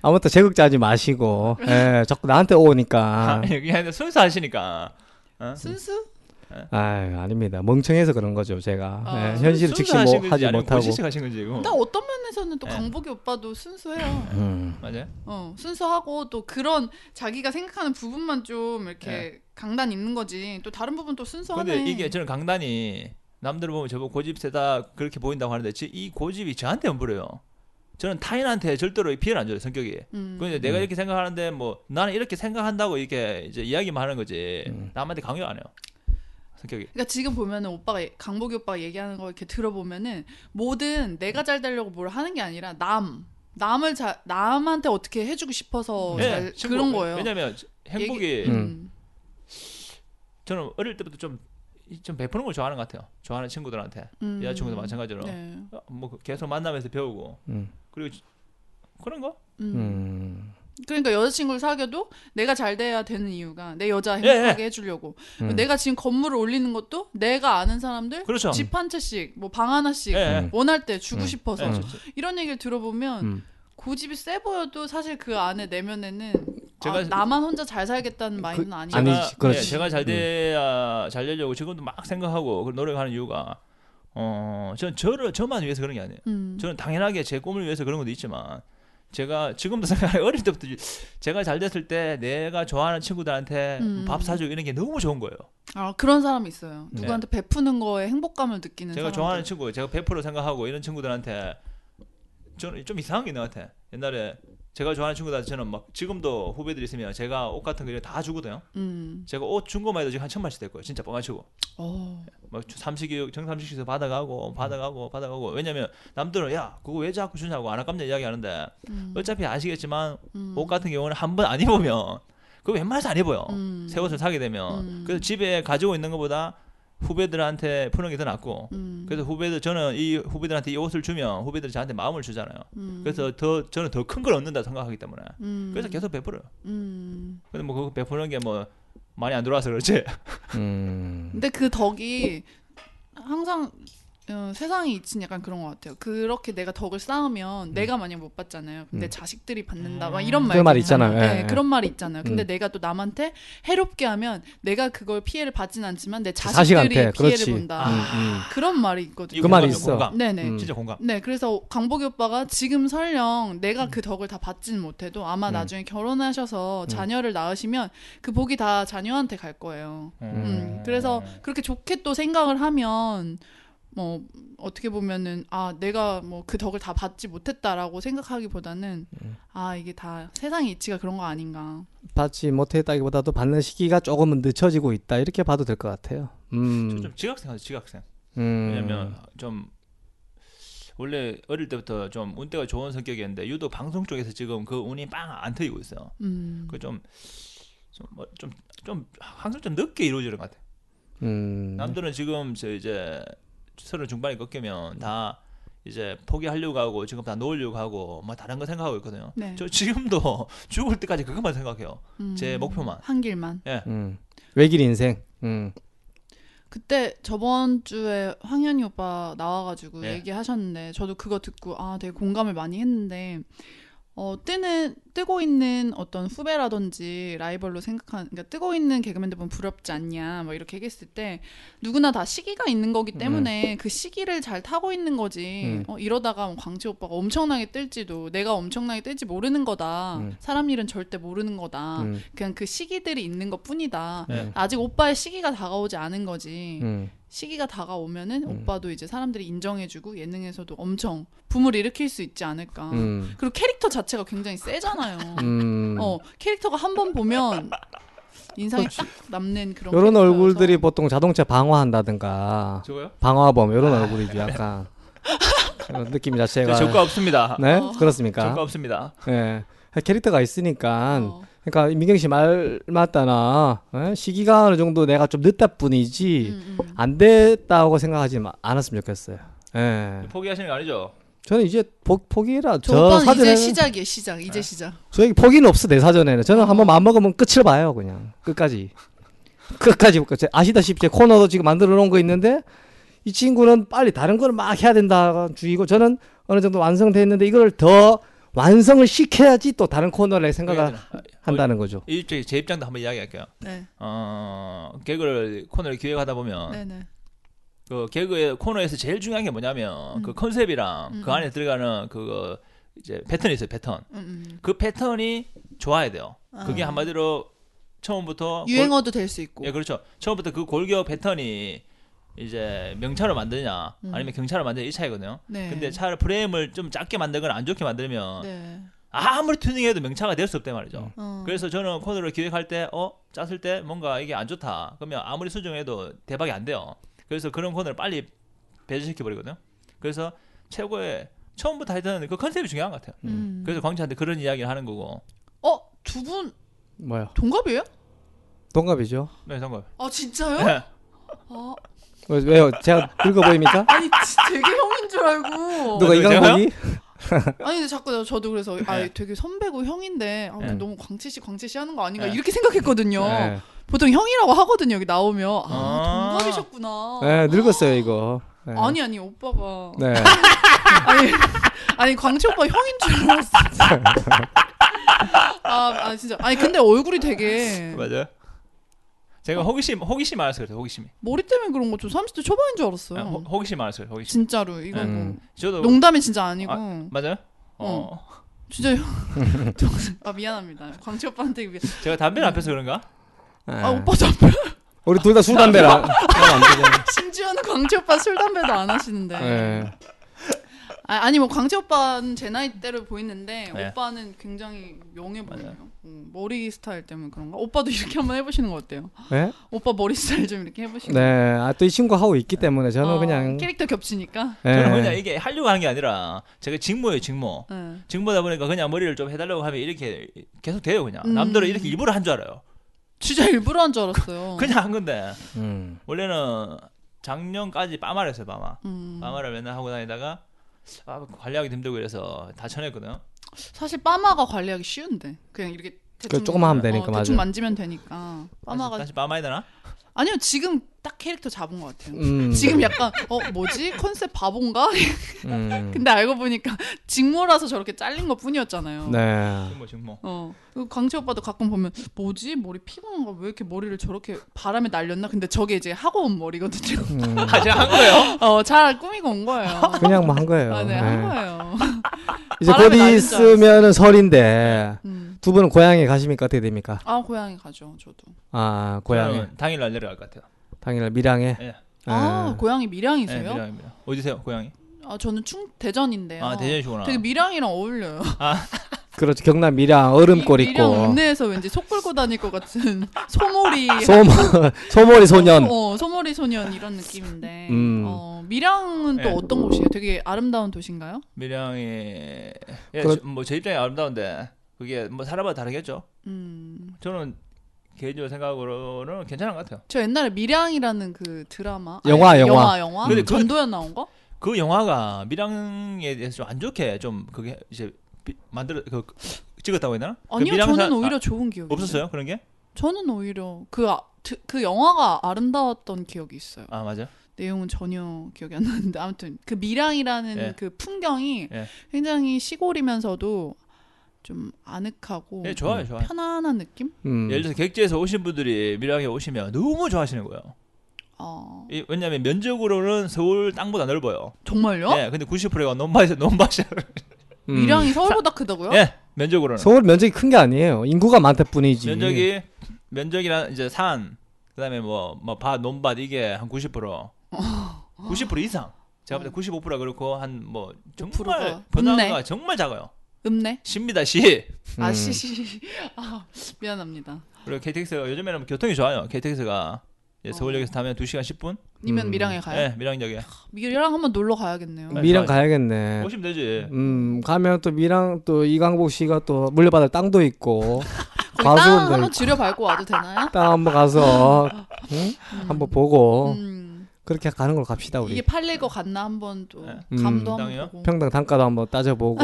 아무튼 제극자하지 마시고 예, 자꾸 나한테 오니까
아. 그냥 순수하시니까 어?
순수?
예.
아유, 아닙니다 멍청해서 그런 거죠 제가
아.
예, 현실을 직시 뭐
순수하신 건지
하지
아니면
못하고
고지식하신 건지 이거
나 어떤 면에서는 또
네.
강복이 오빠도 순수해요.
음.
맞아요.
어, 순수하고 또 그런 자기가 생각하는 부분만 좀 이렇게
네.
강단 있는 거지. 또 다른 부분 또 순수하네.
근데 이게 저는 강단이 남들 보면 저보고 고집 세다 그렇게 보인다고 하는데 지- 이 고집이 저한테만 부려요. 저는 타인한테 절대로 피해를 안 줘요 성격이.
음.
근데 내가
음.
이렇게 생각하는데 뭐 나는 이렇게 생각한다고 이렇게 이제 이야기만 하는 거지
음.
남한테 강요 안 해요. 성격이.
그러니까 지금 보면은 오빠가 강복이 오빠가 얘기하는 거 이렇게 들어보면은 뭐든 내가 잘 되려고 뭘 하는 게 아니라 남 남을 자, 남한테 어떻게 해주고 싶어서
예,
잘
친구-
그런 거예요.
왜냐면 행복이
얘기- 음.
저는 어릴 때부터 좀, 좀 베푸는 걸 좋아하는 것 같아요. 좋아하는 친구들한테
음.
여자친구도 마찬가지로
네.
어, 뭐 계속 만나면서 배우고
음.
그리고 지- 그런 거?
음.
음.
그러니까 여자친구를 사귀어도 내가 잘 돼야 되는 이유가 내 여자
예,
행복하게 해주려고
음.
내가 지금 건물을 올리는 것도 내가 아는 사람들
그렇죠.
네. 집 한 채씩 뭐 방 하나씩
예, 예.
음.
원할 때 주고
음.
싶어서
예,
음.
저- 저-
이런 얘기를 들어보면
음.
고집이 세 보여도 사실 그 안에 그 내면에는
제가-
아, 나만 혼자 잘 살겠다는 마인드는 아니에요.
제가,
아니지, 그렇지. 음.
예, 제가 잘 돼야 아, 잘 되려고 지금도 막 생각하고 그걸 노력하는 이유가 어, 전 저를 저만 위해서 그런 게 아니에요.
음.
저는 당연하게 제 꿈을 위해서 그런 것도 있지만 제가 지금도 생각해 어릴 때부터 제가 잘 됐을 때 내가 좋아하는 친구들한테
음.
밥 사주고 이런 게 너무 좋은 거예요.
아 그런 사람이 있어요. 누구한테 베푸는 거에 행복감을 느끼는
네. 제가
사람들.
좋아하는 친구, 제가 100% 생각하고 이런 친구들한테 저는 좀 이상한 게 나한테 옛날에 제가 좋아하는 친구들한테 저는 막 지금도 후배들 있으면 제가 옷 같은 거 다 주거든요.
음.
제가 옷 준 거만 해도 지금 한 천만씩 될 거예요. 진짜 뻥아치고.
어.
막 삼식이 정삼식에서 받아가고 받아가고 받아가고 왜냐면 남들은 야 그거 왜 자꾸 주냐고 안 아깝냐 이야기하는데
음.
어차피 아시겠지만
음.
옷 같은 경우는 한 번 안 입으면 그거 웬만해서 안 입어요.
음.
새 옷을 사게 되면
음.
그래서 집에 가지고 있는 것보다 후배들한테 푸는 게 더 낫고
음.
그래서 후배들 저는 이 후배들한테 이 옷을 주면 후배들이 저한테 마음을 주잖아요.
음.
그래서 더 저는 더 큰 걸 얻는다 생각하기 때문에
음.
그래서 계속 베풀어요.
음.
근데 뭐 그거 베푸는 게 뭐 많이 안 들어와서 그렇지.
음.
근데 그 덕이 항상 어, 세상이 이친 약간 그런 것 같아요. 그렇게 내가 덕을 쌓으면 내가 만약 못 받잖아요. 근데
음.
자식들이 받는다. 막 이런
그
말
말 있잖아요.
네,
예, 예.
그런 말이 있잖아요. 근데
음.
내가 또 남한테 해롭게 하면 내가 그걸 피해를 받진 않지만 내 자식들이
자식한테
피해를
그렇지.
본다.
음, 음.
그런 말이 있거든요.
이거
그 말이
공감이에요,
있어.
공감.
네네.
음.
진짜 공감.
네, 그래서 강복이 오빠가 지금 설령 내가 그 덕을 다 받지는 못해도 아마
음.
나중에 결혼하셔서 자녀를 낳으시면 그 복이 다 자녀한테 갈 거예요. 음.
음.
그래서 그렇게 좋게 또 생각을 하면 뭐 어떻게 보면은 아 내가 뭐 그 덕을 다 받지 못했다라고 생각하기보다는
음.
아 이게 다 세상의 이치가 그런 거 아닌가.
받지 못했다기보다도 받는 시기가 조금은 늦춰지고 있다 이렇게 봐도 될 것 같아요. 음.
좀 지각생 하죠 지각생.
음.
왜냐면 좀 원래 어릴 때부터 좀 운때가 좋은 성격이었는데 유독 방송 쪽에서 지금 그 운이 빵 안 터지고 있어요. 그
음.
그좀좀좀좀 항상 좀 늦게 이루어지는 것 같아요.
음.
남들은 지금 저 이제 서른 중반에 꺾이면 다 이제 포기하려고 하고 지금 다 놓으려고 하고 막 다른 거 생각하고 있거든요.
네. 음.
저 지금도 죽을 때까지 그것만 생각해요. 제 목표만.
한 길만.
음. 외길 인생. 음.
그때 저번 주에 황현이 오빠 나와가지고
네.
얘기하셨는데 저도 그거 듣고 아 되게 공감을 많이 했는데 어 뜨는 뜨고 있는 어떤 후배라든지 라이벌로 생각한 그러니까 뜨고 있는 개그맨들 보면 부럽지 않냐 뭐 이렇게 얘기했을 때 누구나 다 시기가 있는 거기 때문에 그 시기를 잘 타고 있는 거지
음.
어, 이러다가 뭐 광채 오빠가 엄청나게 뜰지도 내가 엄청나게 뜰지 모르는 거다
음.
사람 일은 절대 모르는 거다
음.
그냥 그 시기들이 있는 것 뿐이다
네.
아직 오빠의 시기가 다가오지 않은 거지.
음.
시기가 다가오면은
음.
오빠도 이제 사람들이 인정해주고 예능에서도 엄청 붐을 일으킬 수 있지 않을까.
음.
그리고 캐릭터 자체가 굉장히 세잖아요.
음.
어 캐릭터가 한 번 보면 인상이 딱 남는 그런.
요런
캐릭터여서. 어.
얼굴들이 보통 자동차 방화한다든가
저거요?
방화범 이런 얼굴이죠 약간 그런 느낌 자체가
아. 저 효과 없습니다.
네
어.
그렇습니까
효과 없습니다.
예 캐릭터가 있으니까
어,
그러니까 민경 씨 말 맞다나 예? 시기가 어느 정도 내가 좀 늦다 뿐이지
음, 음.
안 됐다고 생각하지 마- 않았으면 좋겠어요 예
포기하시는 거 아니죠?
저는 이제 포, 포기라
저
저
오빠는 이제
사전에는
시작이에요 시작
네.
이제 시작.
저에게 포기는 없어 내 사전에는 저는
어.
한번 마음 먹으면 끝을 봐요 그냥 끝까지 끝까지 볼까요? 제- 아시다시피 제 코너도 지금 만들어 놓은 거 있는데 이 친구는 빨리 다른 걸 막 해야 된다 주의고 저는 어느 정도 완성됐는데 이걸 더 완성을 시켜야지 또 다른 코너를 생각을 한다는 거죠
이 입장- 제 입장도 한번 이야기할게요.
네
어, 개그를 코너를 기획하다 보면
네네.
그 개그의 코너에서 제일 중요한 게 뭐냐면
음.
그 컨셉이랑
음.
그 안에 들어가는 그거 이제 패턴이 있어요 패턴
음, 음.
그 패턴이 좋아야 돼요 그게
아.
한마디로 처음부터 골,
유행어도 될 수 있고.
예 그렇죠 처음부터 그 골격 패턴이 이제 명차로 만드냐
음.
아니면 경차로 만드냐 이 차이거든요
네.
근데 어. 차를 프레임을 좀 작게 만들거나 안 좋게 만들면
네.
아무리 튜닝해도 명차가 될 수 없단 말이죠
어.
그래서 저는 코너를 기획할 때, 어, 짰을 때 뭔가 이게 안 좋다. 그러면 아무리 수정해도 대박이 안 돼요. 그래서 그런 코너를 빨리 배제시켜버리거든요. 그래서 최고의, 처음부터 하여튼 그 컨셉이 중요한 것 같아요.
음.
그래서 광채한테 그런 이야기를 하는 거고.
어두 분
뭐야
동갑이에요?
동갑이죠
네, 상관.
아 진짜요?
네.
아,
왜- 왜요 제가 늙어 보입니까
아니 진짜 되게 형인 줄 알고.
누가
아, 누가
이강복이
아니 근데 자꾸 저- 저도 그래서 아
네.
되게 선배고 형인데 아,
네.
너무 광채 씨 광채 씨 하는 거 아닌가
네.
이렇게 생각했거든요.
예
보통 형이라고 하거든요 여기 나오면 아,
아.
동갑이셨구나.
예, 늙었어요 이거 예.
아니 아니 오빠가
네
아니 아니 광채 오빠 형인 줄 알았어. 아, 아 진짜. 아니 근데 얼굴이 되게
맞아요.
어.
제가 호기심 호기심 많아서 그래요. 호기심이.
머리 때문에 그런 거저 30대 초반인 줄 네, 알았어요.
아, 호, 호기심 많아서 그래요. 호기심.
뭐? 진짜로 이거 뭐
음.
저도
농담이 진짜 아니고
맞아요. 어.
진짜 정말- 아 미안합니다. 광채 오빠한테 미안.
제가 담배를 안 펴서 그런가?
아
예.
오빠 담배
우리 둘 다 술 담배라.
아,
안 되잖아.
심지어는 광채 오빠 술 담배도 안 하시는데.
예.
아, 아니 뭐 광채 오빠는 제 나이 때를 보이는데
네.
오빠는 굉장히 영해 보여요. 음, 머리 스타일 때문에 그런가? 오빠도 이렇게 한번 해보시는 거 어때요?
예?
오빠 머리 스타일 좀 이렇게 해보시고.
네. 아, 또 이 친구 하고 있기 때문에 저는
어,
그냥.
캐릭터 겹치니까.
예.
저는 그냥 이게 하려고 하는 게 아니라 제가 직모예요, 직모.
네.
직모다 보니까 그냥 머리를 좀 해달라고 하면 이렇게 계속 돼요, 그냥.
음.
남들은 이렇게 일부러 한 줄 알아요.
진짜 일부러 한 줄 알았어요.
그냥 한 건데
음.
원래는 작년까지 빠마를 했어요, 빠마.
음.
아, 뭐.
빠마를 맨날 하고 다니다가 아, 관리하기 힘들고 이래서 다 쳐냈거든요.
사실 빠마가 관리하기 쉬운데 그냥 이렇게 대충
그 조금만 하면 되니까,
어,
맞아.
대충 만지면 되니까 빠마가
다시, 다시 빠마 해야 되나?
아니요 지금 딱 캐릭터 잡은 것 같아요.
음.
지금 약간 어 뭐지 컨셉 바본가?
음.
근데 알고 보니까 직모라서 저렇게 잘린 것 뿐이었잖아요.
네.
직모, 직모.
어 그 광채 오빠도 가끔 보면 뭐지 머리 피곤한가 왜 이렇게 머리를 저렇게 바람에 날렸나? 근데 저게 이제 하고 온 머리거든요.
음.
아, 제가 한 거예요?
어 잘 꾸미고 온 거예요.
그냥 뭐 한 거예요.
아, 네,
예.
한 거예요.
이제 곧
바람에 날린 줄 알았어요.
있으면은 설인데
음.
두 분은 고향에 가십니까? 어떻게 됩니까?
아 고향에 가죠, 저도.
아, 고향에.
저는 당일날 내려갈 것 같아요.
당일날 밀양에.
예.
아
예.
고향이
네,
밀양이세요?
밀양입니다. 어디세요, 고향이?
아 저는 충 대전인데요.
아, 대전이시구나.
어. 되게 밀양이랑 어울려요.
그렇죠. 경남 밀양 얼음골
이- 밀양
있고.
읍내에서 왠지 속 끌고 다닐 것 같은 소몰이
소모 소몰이 소년.
어, 소몰이 소년 이런 느낌인데
음.
어, 밀양은 또
네.
어떤 곳이에요? 되게 아름다운 도시인가요?
밀양이 예,
그렇-
저- 뭐제 입장이 아름다운데 그게 뭐 사람마다 다르겠죠.
음.
저는 개인적으로 생각으로는 괜찮은 것 같아요.
저 옛날에 밀양이라는 그 드라마
예, 영화,
아니,
영화.
영화 영화
근데 그-
전도연 나온 거?
그 영화가 밀양에 대해서 좀 안 좋게 좀 그게 이제 비- 만들어 그, 그- 찍었다고 했나? 그
아니요
밀양 사-
저는 오히려
아,
좋은 기억이
없었어요 그런 게?
저는 오히려 그, 아, 드- 그 영화가 아름다웠던 기억이 있어요.
아 맞아.
내용은 전혀 기억이 안 나는데 아무튼 그 밀양이라는
예.
그 풍경이
예.
굉장히 시골이면서도 좀 아늑하고
예 좋아요 좋아요.
편안한 느낌?
음.
예를 들어서 객지에서 오신 분들이 밀양에 오시면 너무 좋아하시는 거예요.
어,
이- 왜냐면 면적으로는 서울 땅보다 넓어요.
정말요?
예, 근데 90%가 논밭에 논밭이
음.
밀양이 서울보다 크다고요?
예, 면적으로는
서울 면적이 큰 게 아니에요. 인구가 많다 뿐이지.
예. 면적이 면적이란 이제 산 그다음에 뭐뭐밭 논밭 이게 한 90% 90% 이상 제가 볼때 95%가 그렇고 한 뭐
5%가
정말
없네.
번화가가 정말 작아요
읍내?
십니다 시
아
음.
시시 아 미안합니다.
그리고 KTX가 요즘에는 뭐 교통이 좋아요 KTX가 이제 서울역에서 타면 2시간 10분
이면
음.
밀양에
예
가요?
밀양역에
밀양 한번 놀러 가야겠네요.
네.
밀양
좋아요.
가야겠네.
오시면 되지
음 가면 또 밀양 또 이강복 씨가 또 물려받을 땅도 있고
거기 땅
과수원들
아, 한번 줄여 밟고 와도 되나요?
땅 한번 가서 응?
음.
한번 보고
음,
그렇게 가는 걸로 갑시다 우리
이게 팔릴 것 같나 한번 또
네. 음.
감도 한번
땅이요?
보고.
평당 단가도 한번 따져보고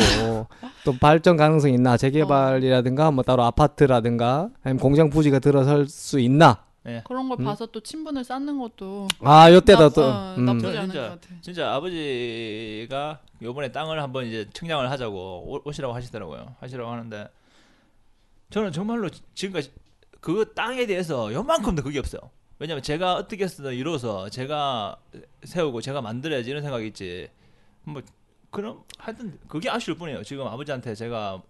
또 발전 가능성 이 있나 재개발이라든가 뭐 따로 아파트라든가 아니면 공장 부지가 들어설 수 있나
예.
그런 걸
음.
봐서 또 친분을 쌓는 것도
아 요때다
나-
또
어,
음.
나쁘지
저
않은 것
진짜-
같아.
진짜 아버지가 요번에 땅을 한번 이제 측량을 하자고 오- 오시라고 하시더라고요. 하시라고 하는데 저는 정말로 지- 지금까지 그 땅에 대해서 요만큼도 그게 없어요. 왜냐면 제가 어떻게 쓰든 이뤄서 제가 세우고 제가 만들어야지 이런 생각이 있지. 뭐 그럼 하여튼 그게 아쉬울 뿐이에요. 지금 아버지한테 제가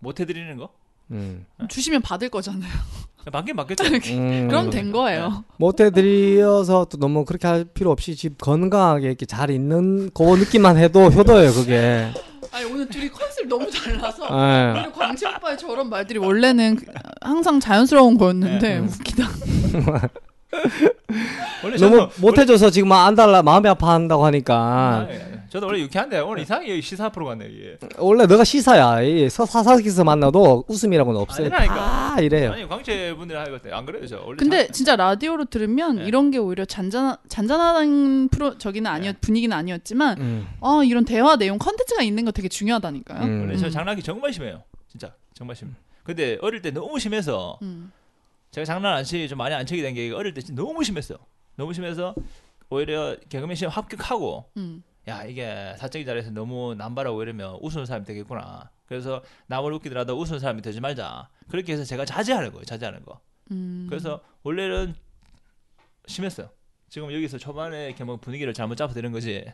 못 해드리는 거?
음.
주시면 받을 거잖아요.
맞긴 맞겠죠.
음.
그럼 된 거예요.
모태드려서 또 너무 그렇게 할 필요 없이 집 건강하게 이렇게 잘 있는 그 느낌만 해도 효도예요 그게.
아니 오늘 둘이 컨셉 너무 달라서
예.
오히려 광채 오빠의 저런 말들이 원래는 그- 항상 자연스러운
네.
거였는데 웃기다.
원래
너무
저도-
못해줘서 지금 막 안달라 마음이 아파한다고
아,
하니까
예. 저도 원래 유쾌한데 오늘 이상하게 여기 시사 예. 프로 갔네요. 이게.
원래 너가 시사야 이 서- 사사기에서 만나도 웃음이라고는 없어요.
아니라니까.
아 이래요.
아니 광채 분들 하는 것안 그래요 저 원래
근데 진짜 라디오로 들으면
네.
이런 게 오히려 잔잔한 잔잔한 프로 저기는 아니었
네.
분위기는 아니었지만
음,
아 이런 대화 내용 컨텐츠가 있는 거 되게 중요하다니까요.
음.
원래 저
음.
장난기 정말 심해요. 진짜 정말 심. 근데 어릴 때 너무 심해서
음.
제가 장난 안 치게 좀 많이 안 치게 된 게 어릴 때 진짜 너무 심했어요. 너무 심해서 오히려 개그맨 시험 합격하고
음.
야 이게 사적인 자리에서 너무 남발하고 이러면 우스운 사람이 되겠구나. 그래서 남을 웃기더라도 웃은 사람이 되지 말자. 그렇게 해서 제가 자제하는 거예요. 자제하는 거.
음.
그래서 원래는 심했어요. 지금 여기서 초반에 이렇게 뭐 분위기를 잘못 잡아서 되는 거지.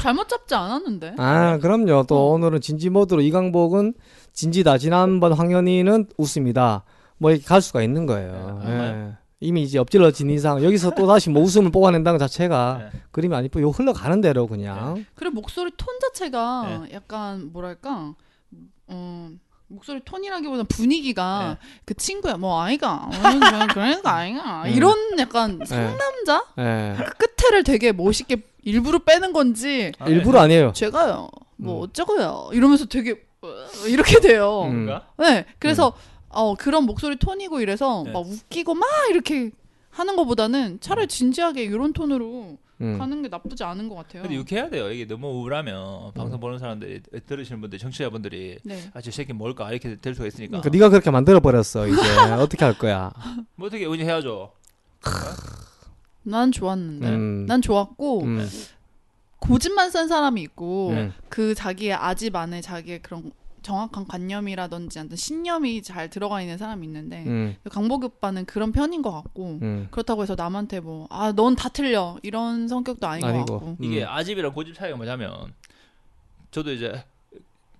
잘못 잡지 않았는데.
아, 그럼요.
어.
또 오늘은 진지 모드로 이강복은 진지다. 지난번 황현희는 웃습니다. 뭐 이렇게 갈 수가 있는 거예요.
네, 아마요.
예. 이미 이제 엎질러진 이상 여기서 또 다시 뭐 웃음을 뽑아낸다는 것 자체가
네.
그림이 아니고 요 흘러가는 대로 그냥
그리고 목소리 톤 자체가
네.
약간 뭐랄까 어, 목소리 톤이라기보다 분위기가
네.
그 친구야 뭐 아이가 어, 그냥 그러니까 아이가
음.
이런
네.
약간
예.
상남자
예.
그 끝에를 되게 멋있게 일부러 빼는 건지
아,
일부러 아니에요.
제가요 뭐
음.
어쩌고요 이러면서 되게 어, 이렇게 돼요.
음.
뭔가?
네 그래서 어, 그런 목소리 톤이고 이래서
음. 네. 음.
막 웃기고 막 이렇게 하는 것보다는 차라리 진지하게 이런 톤으로
음.
가는 게 나쁘지 않은 것 같아요.
근데 유쾌해야 돼요. 이게 너무 우울하면 방송 보는 사람들이 들으시는 분들, 청취자분들이
네.
아 저 새끼 뭘까 이렇게 될 수가 있으니까.
그러니까 네가 그렇게 만들어 버렸어. 이제 어떻게 할 거야?
뭐 어떻게 은희 해야죠.
난 좋았는데.
음.
난 좋았고
네.
음.
고집만 센 사람이 있고
음.
그 자기의 아집 안에 자기의 그런 정확한 관념이라든지 어떤 신념이 잘 들어가 있는 사람이 있는데
음.
강복 오빠는 그런 편인 것 같고
음.
그렇다고 해서 남한테 뭐 아 넌 다 틀려 이런 성격도 아닌 것 같고
이게
음.
아집이랑 고집 차이가 뭐냐면 저도 이제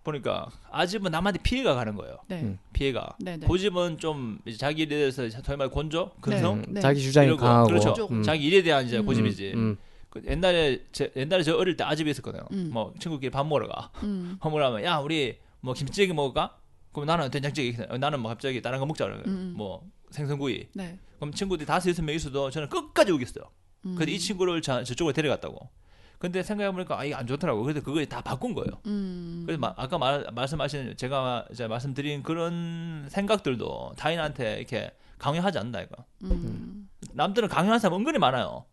보니까 아집은 남한테 피해가 가는 거예요.
네
음.
피해가.
네네
고집은 좀 이제 자기 일에 대해서 소위 말 권조, 근성,
음.
네.
자기 주장이
이러고,
강하고
그렇죠.
음.
자기 일에 대한 이제
음.
고집이지.
음.
그 옛날에 제, 옛날에 저 어릴 때 아집이 있었거든요.
음.
뭐 친구끼리 밥 먹으러 가.
음.
밥 먹으러 가면 야 우리 뭐 김치찌개 먹을까? 그럼 나는 된장찌개, 어, 나는 뭐 갑자기 다른 거 먹자 그래.
음.
뭐 생선구이.
네
그럼 친구들이 다섯 여섯 명 있어도 저는 끝까지 우겼어요.
음.
근데 이 친구를 자, 저쪽으로 데려갔다고. 근데 생각해보니까 아 이게 안 좋더라고. 그래서 그걸 다 바꾼 거예요.
음.
그래서 마- 아까 말, 말씀하신 제가 이제 말씀드린 그런 생각들도 타인한테 이렇게 강요하지 않는다 이거.
음.
남들은 강요하는 사람 은근히 많아요.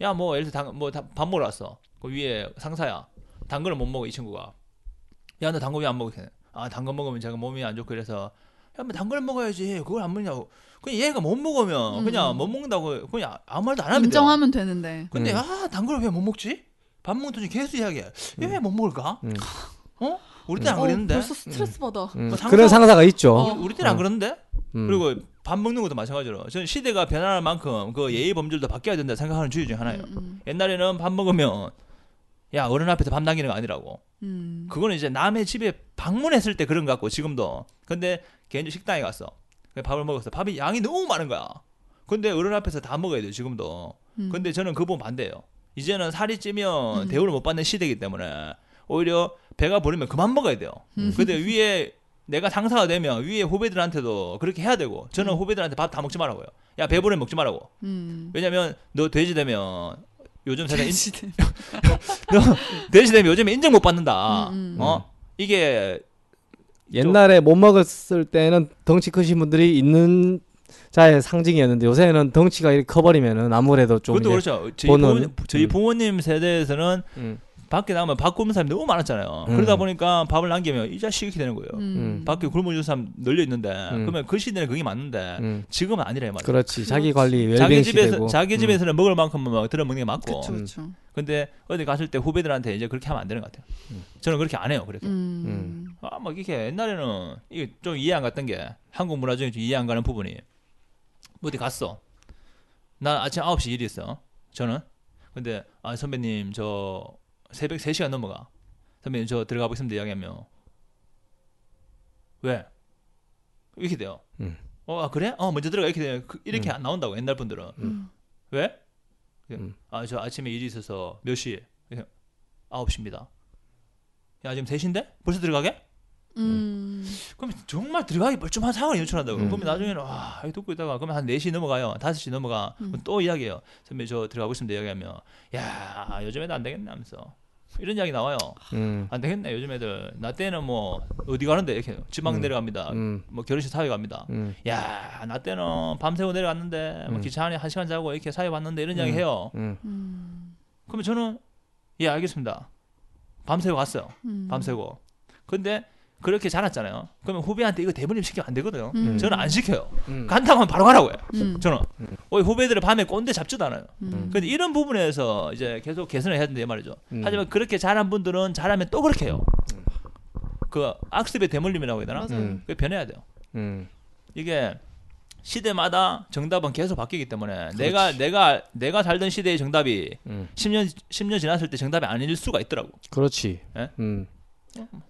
야, 뭐, 예를 들어, 뭐밥 먹으러 왔어. 그 위에 상사야. 단 거를 못 먹어, 이 친구가. 야, 너 단 거 왜 안 먹어? 걔는. 아, 단 거 먹으면 제가 몸이 안 좋고 이래서. 야, 뭐단 거를 먹어야지. 그걸 안 먹냐고. 그냥 얘가 못 먹으면 그냥
음.
못 먹는다고 그냥 아무 말도 안 하면 돼요.
인정하면 되는데
근데
음.
아, 단 거를 왜 못 먹지? 밥 먹는 도중에 계속 이야기해. 왜 못 먹을까?
음.
어? 우리 때는
어,
안 그랬는데.
벌써 스트레스 받아
음.
뭐 상사-
그런 상사가 있죠.
어.
우리 때는 안
어.
그랬는데.
음.
그리고 밥 먹는 것도 마찬가지로 저는 시대가 변하는 만큼 그 예의 범절도 바뀌어야 된다 생각하는 주의 중에 하나예요.
음, 음.
옛날에는 밥 먹으면 야 어른 앞에서 밥 남기는 거 아니라고.
음.
그거는 이제 남의 집에 방문했을 때 그런 것 같고 지금도. 근데 개인 식당에 갔어. 그래서 밥을 먹었어. 밥이 양이 너무 많은 거야. 근데 어른 앞에서 다 먹어야 돼요 지금도.
음.
근데 저는 그 부분 반대예요. 이제는 살이 찌면
음.
대우를 못 받는 시대이기 때문에 오히려 배가 부르면 그만 먹어야 돼요.
음.
근데 위에 내가 상사가 되면 위에 후배들한테도 그렇게 해야 되고 저는
음.
후배들한테 밥 다 먹지 말라고요. 야 배부르면 먹지 말라고.
음.
왜냐면 너 돼지 되면 요즘 세대 인,
시대
너 돼지 되면 요즘 인정 못 받는다.
음,
음.
어 이게
옛날에 못 먹었을 때는 덩치 크신 분들이 있는 자의 상징이었는데 요새는 덩치가 이렇게 커버리면은 아무래도 좀
그것도
이제,
그렇죠. 저희,
보는-
부모님, 저희
음.
부모님 세대에서는
음,
밖에 나가면 밥 굶는 사람이 너무 많았잖아요.
음.
그러다 보니까 밥을 남기면 이 자식 이렇게 되는 거예요.
음.
밖에 굶어주는 사람 널려 있는데
음.
그러면 그 시대는 그게 맞는데
음.
지금은 아니래 말이야.
그렇지 자기 관리 웰빙
자기 집에서
시대고 음.
자기 집에서는 먹을 만큼만 막 들어 먹는 게 맞고. 음.
그쵸 그쵸
근데 어디 갔을 때 후배들한테 이제 그렇게 하면 안 되는 것 같아요.
음.
저는 그렇게 안 해요. 그렇게.
음.
아, 막 이렇게 옛날에는 이게 좀 이해 안 갔던 게 한국 문화 중에 좀 이해 안 가는 부분이 뭐 어디 갔어. 나 아침 9시 일이 있어. 저는. 근데 아 선배님 저 새벽 3시간 넘어가. 선배님 저 들어가 보겠습니다 이야기하면 왜? 이렇게 돼요.
음.
어 아, 그래? 어 먼저 들어가 이렇게 돼요. 그- 이렇게 안 나온다고 옛날 분들은.
음.
왜?
음.
아 저 아침에 일이 있어서 몇 시에? 그냥 9시입니다. 야 지금 3시인데? 벌써 들어가게?
음.
그럼 정말 들어가기 멀쩡한 상황을 연출한다고.
음.
그러면 나중에는 와, 이거 듣고 있다가 그러면 한 4시 넘어가요. 5시 넘어가. 그럼 또 이야기해요. 선배 저 들어가고 싶은데 이야기하면 야, 요즘 애들 안 되겠네 하면서 이런 이야기 나와요.
음,
안 되겠네. 요즘 애들 나 때는 뭐 어디 가는데 이렇게 지방
음.
내려갑니다.
음,
뭐 결혼식 사회 갑니다.
음,
야, 나 때는 밤새고 내려갔는데 뭐
음.
기차 안에 한 시간 자고 이렇게 사회 봤는데 이런 이야기
음.
해요.
음,
음.
그러면 저는 예, 알겠습니다. 밤새고 갔어요.
음.
밤새고. 근데 그렇게 자랐잖아요. 그러면 후배한테 이거 대물림 시키면 안 되거든요.
음.
저는 안 시켜요.
음.
간다고 하면 바로 가라고 해요.
음.
저는. 어, 후배들은 밤에 꼰대 잡지도 않아요.
음.
근데 이런 부분에서 이제 계속 개선을 해야 된다 이 말이죠.
음.
하지만 그렇게 잘한 분들은 잘하면 또 그렇게 해요. 그 악습의 대물림이라고 해야 되나?
맞아요.
음.
그게 변해야 돼요.
음.
이게 시대마다 정답은 계속 바뀌기 때문에 내가 내가 내가 살던 시대의 정답이
음.
10년 10년 지났을 때 정답이 아닐 수가 있더라고.
어.
그렇지.
예?
음.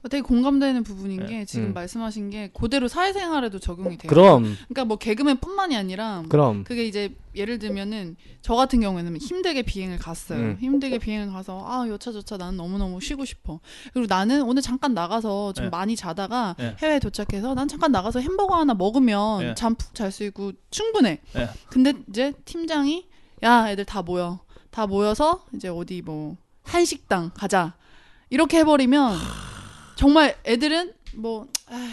되게 공감되는 부분인 게 지금
음.
말씀하신 게 그대로 사회생활에도 적용이 돼요.
그럼
그러니까 뭐 개그맨뿐만이 아니라
음.
그럼
그게 이제 예를 들면은 저 같은 경우에는 힘들게 비행을 갔어요.
음.
힘들게 비행을 가서 아 여차 저차 나는 너무 너무 쉬고 싶어. 그리고 나는 오늘 잠깐 나가서 좀
네.
많이 자다가
네.
해외에 도착해서 난 잠깐 나가서 햄버거 하나 먹으면
네.
잠 푹 잘 수 있고 충분해.
네.
근데 이제 팀장이 야 애들 다 모여 다 모여서 이제 어디 뭐 한식당 가자 이렇게 해버리면 정말 애들은 뭐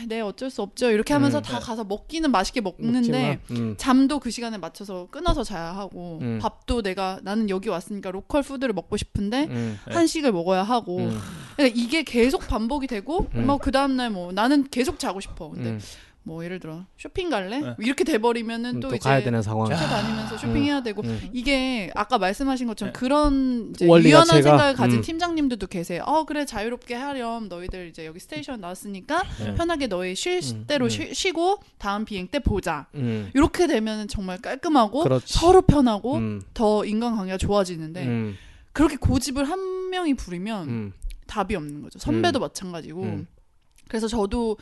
네 어쩔 수 없죠 이렇게 하면서
음,
다
네.
가서 먹기는 맛있게 먹는데
먹지만, 음.
잠도 그 시간에 맞춰서 끊어서 자야 하고
음.
밥도 내가 나는 여기 왔으니까 로컬 푸드를 먹고 싶은데
음.
네.
한식을 먹어야 하고
음.
그러니까 이게 계속 반복이 되고
음.
뭐 그 다음 날 뭐 나는 계속 자고 싶어 근데
음.
뭐 예를 들어 쇼핑 갈래 뭐
네.
이렇게 돼버리면은
음,
또,
또,
이제
가야 되는 상황.
차 다니면서 쇼핑해야 되고
음.
이게 아까 말씀하신 것처럼
네.
그런 이제
원리
유연한
자체가,
생각을 가진
음.
팀장님들도 계세요. 어 그래 자유롭게 하렴 너희들 이제 여기 스테이션 나왔으니까
네.
편하게 너희 쉴
음,
대로
음.
쉬, 쉬고 다음 비행 때 보자.
음.
이렇게 되면 정말 깔끔하고
그렇지.
뭐? 서로 네. 편하고
음.
더 인간관계가 좋아지는데
음.
그렇게 고집을 한 명이 부리면
음.
답이 없는 거죠. 선배도 마찬가지고.
음.
그래서 저도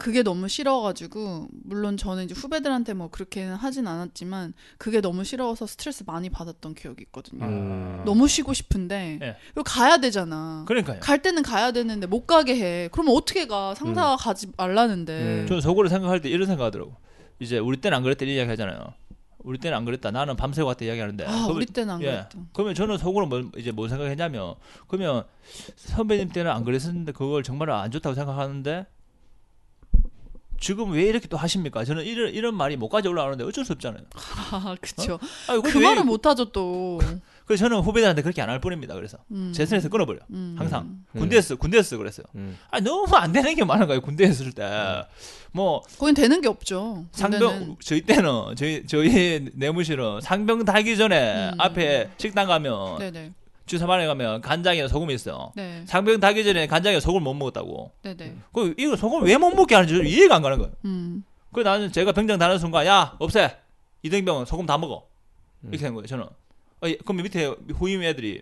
그게 너무 싫어가지고 물론 저는 이제 후배들한테 뭐 그렇게는 하진 않았지만 그게 너무 싫어서 스트레스 많이 받았던 기억이 있거든요.
음.
너무 쉬고 싶은데
예.
그리고 가야 되잖아.
그러니까요.
갈 때는 가야 되는데 못 가게 해. 그러면 어떻게 가? 상사가 가지 말라는데.
음.
저는 서구를 생각할 때 이런 생각하더라고. 이제 우리 때는 안 그랬다 이 이야기하잖아요. 우리 때는 안 그랬다. 나는 밤새고 왔다 이야기하는데.
아
그러면-
우리 때는 안
예.
그랬던.
그러면 저는 속으로 뭘, 이제 뭘 생각했냐면 그러면 선배님 때는 안 그랬었는데 그걸 정말 안 좋다고 생각하는데 지금 왜 이렇게 또 하십니까? 저는 이런 이런 말이 목까지 올라오는데 어쩔 수 없잖아요.
아 그쵸.
아니, 근데
그
왜-
말은 못하죠 또.
그래서 저는 후배들한테 그렇게 안 할 뿐입니다. 그래서
음.
제 스트레스 끊어버려.
음.
항상.
음.
군대에서 군대에서 그랬어요.
음.
아 너무 안 되는 게 많은 거예요. 군대에 있을
네.
때. 뭐
거긴 되는 게 없죠. 군대는.
상병 저희 때는 저희 저희 내무실은 상병 달기 전에
음.
앞에 식당 가면
네네.
주사반에 가면 간장이나 소금이 있어요.
네.
상병 달기 전에 간장에 소금 못 먹었다고.
네네.
그 이거 소금 왜 못 먹게 하는지 저는 이해가 안 가는 거예요.
음.
그 나는 제가 병장 다는 순간 야 없애 이등병 소금 다 먹어 이렇게 된 거예요. 저는 아, 예, 그럼 밑에 후임 애들이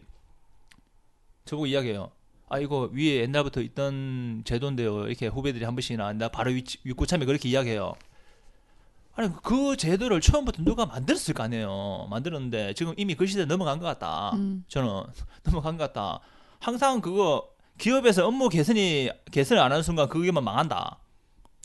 저보고 이야기해요. 아 이거 위에 옛날부터 있던 제도인데요. 이렇게 후배들이 한 번씩이나 나 바로 위치, 윗고참이 그렇게 이야기해요. 아니 그 제도를 처음부터 누가 만들었을 거 아니에요. 만들었는데 지금 이미 그 시대 넘어간 것 같다.
음.
저는 넘어간 것 같다. 항상 그거 기업에서 업무 개선이 개선을 안 하는 순간 그게만 망한다.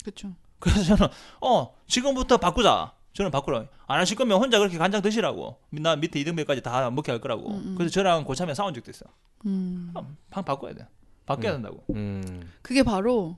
그쵸.
그래서 저는 어 지금부터 바꾸자. 저는 바꾸라. 안 하실 거면 혼자 그렇게 간장 드시라고. 나 밑에 이등배까지 다 먹게 할 거라고.
음, 음.
그래서 저랑 고참이 싸운 적도 있어.
음.
방 바꿔야 돼. 바뀌어야 된다고.
음.
그게 바로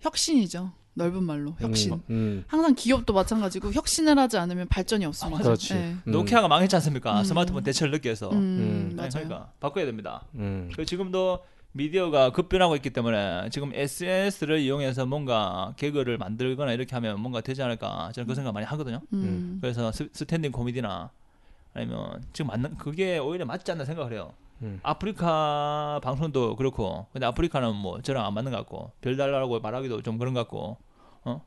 혁신이죠. 넓은 말로 혁신.
음. 음.
항상 기업도 마찬가지고 혁신을 하지 않으면 발전이 없습니다.
아,
그렇지.
네.
음.
노키아가 망했지 않습니까?
음.
스마트폰 대체를 늦게 해서.
음,
음.
네,
맞아요.
그러니까 바꿔야 됩니다.
음.
그 지금도 미디어가 급변하고 있기 때문에 지금 SNS를 이용해서 뭔가 개그를 만들거나 이렇게 하면 뭔가 되지 않을까 저는 그 생각 많이 하거든요.
음.
그래서 스, 스탠딩 코미디나 아니면 지금 맞는 그게 오히려 맞지 않나 생각을 해요.
음.
아프리카 방송도 그렇고 근데 아프리카는 뭐 저랑 안 맞는 것 같고 별 달라고 말하기도 좀 그런 것 같고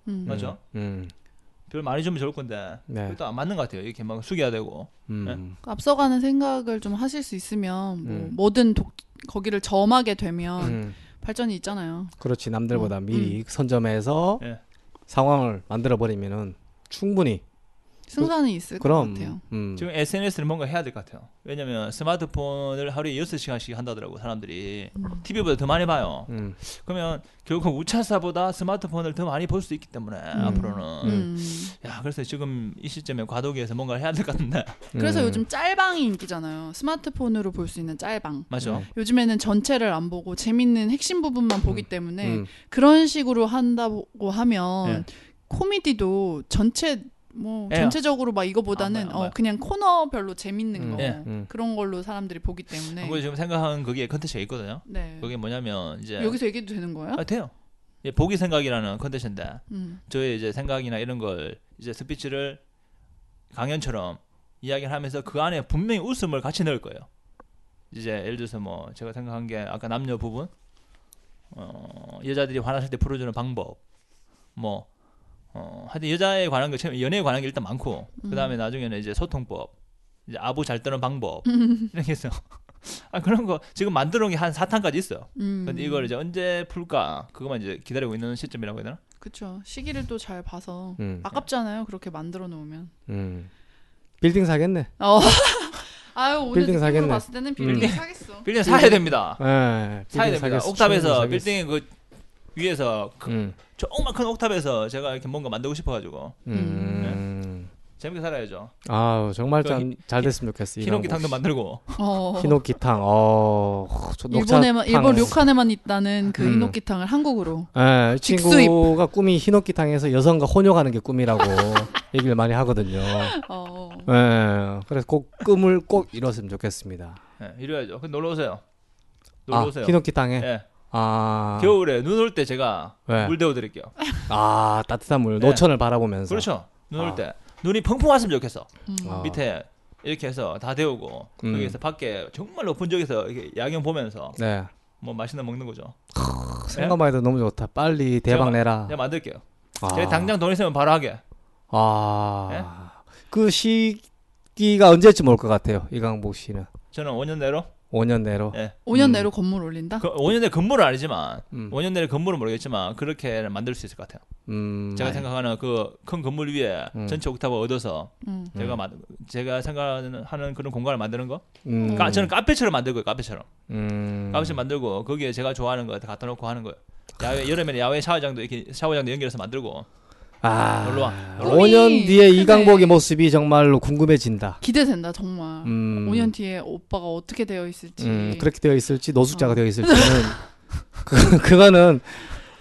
음.
맞죠?
음.
별 많이 주면 좋을 건데
네.
그것도 안 맞는 것 같아요. 이렇게 막 숙여야 되고
음.
앞서가는 생각을 좀 하실 수 있으면 뭐
음.
뭐든 독, 거기를 점하게 되면
음.
발전이 있잖아요.
그렇지 남들보다 미리 선점해서
예.
상황을 만들어 버리면은 충분히
승산이 있을 것
그럼
같아요.
음.
지금 SNS를 뭔가 해야 될 것 같아요. 왜냐면 스마트폰을 하루에 6시간씩 한다더라고 사람들이.
음.
TV보다 더 많이 봐요.
음.
그러면 결국 우차사보다 스마트폰을 더 많이 볼 수 있기 때문에 앞으로는
음.
야 그래서 지금 이 시점에 과도기에서 뭔가를 해야 될 것 같은데
그래서
음.
요즘 짤방이 인기잖아요. 스마트폰으로 볼 수 있는 짤방.
맞죠?
네.
요즘에는 전체를 안 보고 재밌는 핵심 부분만 보기 때문에
음.
그런 식으로 한다고 하면
예.
코미디도 전체 뭐
예.
전체적으로 막 이거보다는
안 봐요, 안
어,
봐요.
그냥 코너별로 재밌는
음.
거
예.
음.
그런 걸로 사람들이 보기 때문에
하고 지금 생각한 그게 컨텐츠가 있거든요.
네
그게 뭐냐면 이제
여기서 얘기도 되는 거예요?
아, 돼요. 예, 보기 생각이라는 컨텐츠인데
음.
저의 이제 생각이나 이런 걸 이제 스피치를 강연처럼 이야기를 하면서 그 안에 분명히 웃음을 같이 넣을 거예요. 이제 예를 들어서 뭐 제가 생각한 게 아까 남녀 부분 어, 여자들이 화났을 때 풀어주는 방법 뭐 어, 하여튼 여자에 관한 거 처음에 연애에 관한 게 일단 많고 그다음에 나중에는 이제 소통법 이제 아부 잘 떠는 방법 이렇게 해서 아 그런 거 지금 만들어 놓은 게 한 4탄까지 있어요
음.
근데 이걸 이제 언제 풀까 그것만 이제 기다리고 있는 시점이라고 해야 되나
그쵸. 시기를 또 잘 봐서
음.
아깝잖아요. 그렇게 만들어 놓으면.
음. 빌딩 사겠네.
어. 아유 오늘
빌딩
느낌으로
사겠네.
봤을 때는 빌딩
음.
사겠어.
빌딩 사야 됩니다
예.
사야
빌딩
됩니다
사겠어.
옥탑에서
충분히 사겠어.
빌딩의 그 위에서 그
음.
정말 큰 옥탑에서 제가 이렇게 뭔가 만들고 싶어가지고
음.
재밌게 살아야죠
아 정말
그
참 잘 됐으면 좋겠어.
흰옥기탕도 만들고
어.
흰옥기탕. 어. 저 녹차탕.
일본에만 일본 료칸에만 있다는 그
음.
이노키탕을 한국으로.
예, 이
직수입.
친구가 꿈이 흰옥기탕에서 여성과 혼용하는 게 꿈이라고 얘기를 많이 하거든요.
어.
예, 그래서 꼭 꿈을 꼭 이뤘으면 좋겠습니다.
예, 이래야죠. 그 놀러 오세요. 놀러 오세요.
아, 흰옥기탕에.
예.
아,
겨울에 눈 올 때 제가
예.
물 데워 드릴게요.
아 따뜻한 물,
네.
노천을 바라보면서.
그렇죠. 눈 올
아.
때. 눈이 펑펑 왔으면 좋겠어.
음.
아.
밑에 이렇게 해서 다 데우고
음.
거기에서 밖에 정말 높은 쪽에서 이렇게 야경 보면서
네,
뭐 맛있는 거 먹는 거죠.
생각만 해도 너무 좋다. 빨리
제가-
대박 내라.
제가 만들게요.
아,
제가 예. 당장 예. 돈 있으면 바로 하게.
아, 그 시기가 언제쯤 올 것 같아요, 이강복 씨는?
저는 5년 내로
5년 내로.
예.
5년
음.
내로 건물 올린다.
그 5년 내 건물은 아니지만
음.
5년 내로 건물은 모르겠지만 그렇게 만들 수 있을 것 같아요.
음,
예. 제가 생각하는 그 큰 건물 위에
음.
전체 옥탑을 얻어서
음.
제가 만 제가 생각하는 하는 그런 공간을 만드는 거
음,
까, 저는 카페처럼 만들 거예요. 카페처럼.
음,
카페처럼 만들고 거기에 제가 좋아하는 거 갖다 놓고 하는 거예요. 야외 여름에는 야외 샤워장도 이렇게 샤워장도 연결해서 만들고
아,
놀러 와.
놀러 와.
5년 뒤에
그래.
이강복의 모습이 정말로 궁금해진다.
기대된다 정말.
음,
5년 뒤에 오빠가 어떻게 되어 있을지.
음, 그렇게 되어 있을지 노숙자가
어.
되어 있을지는 그, 그거는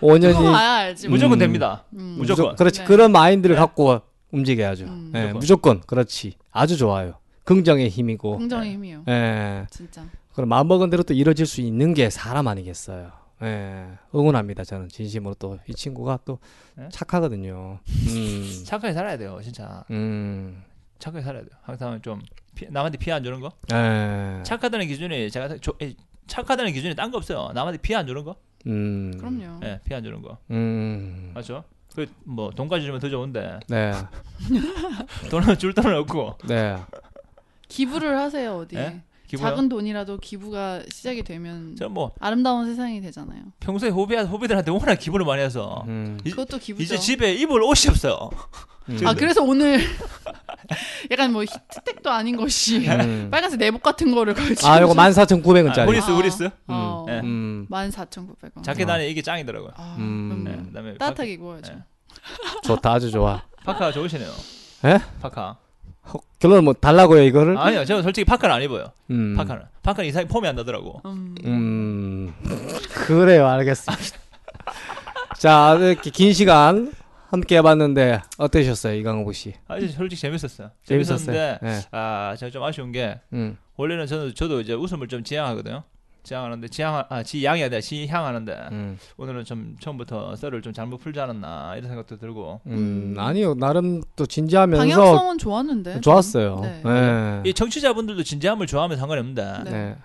5년이
그거 봐야 알지.
음.
뭐.
무조건 됩니다.
음.
무조- 무조건.
그렇지
네.
그런 마인드를
네.
갖고 움직여야죠.
음.
예,
무조건.
무조건 그렇지 아주 좋아요. 긍정의 힘이고
긍정의 힘이요.
예,
진짜.
그럼 마음 먹은 대로 또 이루어질 수 있는 게 사람 아니겠어요. 예, 응원합니다. 저는 진심으로 또 이 친구가 또
네?
착하거든요. 음,
착하게 살아야 돼요, 진짜.
음,
착하게 살아야 돼요. 항상 좀 피- 남한테 피해 안 주는 거.
예,
착하다는 기준이 제가 조- 에, 착하다는 기준이 딴 거 없어요. 남한테 피해 안 주는 거.
음,
그럼요.
예, 피해 안 주는 거.
음,
맞죠? 그 뭐 돈까지 주면 더 좋은데
네,
돈은 줄 돈은 없고
네.
기부를 하세요 어디.
예? 기분.
작은 돈이라도 기부가 시작이 되면
저뭐
아름다운 세상이 되잖아요.
평소에 호비 호비들한테 워낙 기부를 많이 해서
음,
이-
그것도 기부죠.
이제 집에 입을 옷이 없어요.
음.
아 그래서 오늘 약간 뭐 히트텍도 아닌 것이
음.
빨간색 내복 같은 거를 걸치고
아, 요거 14,900원짜리.
아, 후리스 후리스.
어,
예.
음.
14,900원.
자켓 안에 이게 짱이더라고요.
아,
음.
음.
예, 그다음에
따뜻하게 네. 입어야죠.
예.
좋다. 아주 좋아.
파카 좋으시네요.
예?
파카.
결론은 뭐 달라고요, 이거를?
아니요, 저는 솔직히 파카는 안 입어요.
음.
파카는. 파카는 이상이 폼이 안 나더라고.
음.
음. 그래요. 알겠습니다. 자, 이렇게 긴 시간 함께 해 봤는데 어떠셨어요, 이강호 씨?
아니 솔직히 재밌었어요.
재밌었어요.
재밌었는데
네.
아 제가 좀 아쉬운 게
음.
원래는 저는 저도 이제 웃음을 좀 지향하거든요. 지향하는데 지향 아 지향이 아니라 지향하는데
음.
오늘은 좀 처음부터 썰을 좀 잘못 풀지 않았나 이런 생각도 들고
음. 아니요. 나름 또 진지하면서
방향성은 좋았는데.
좋았어요.
네.
네.
이 청취자분들도 진지함을 좋아하면 상관없는데
네.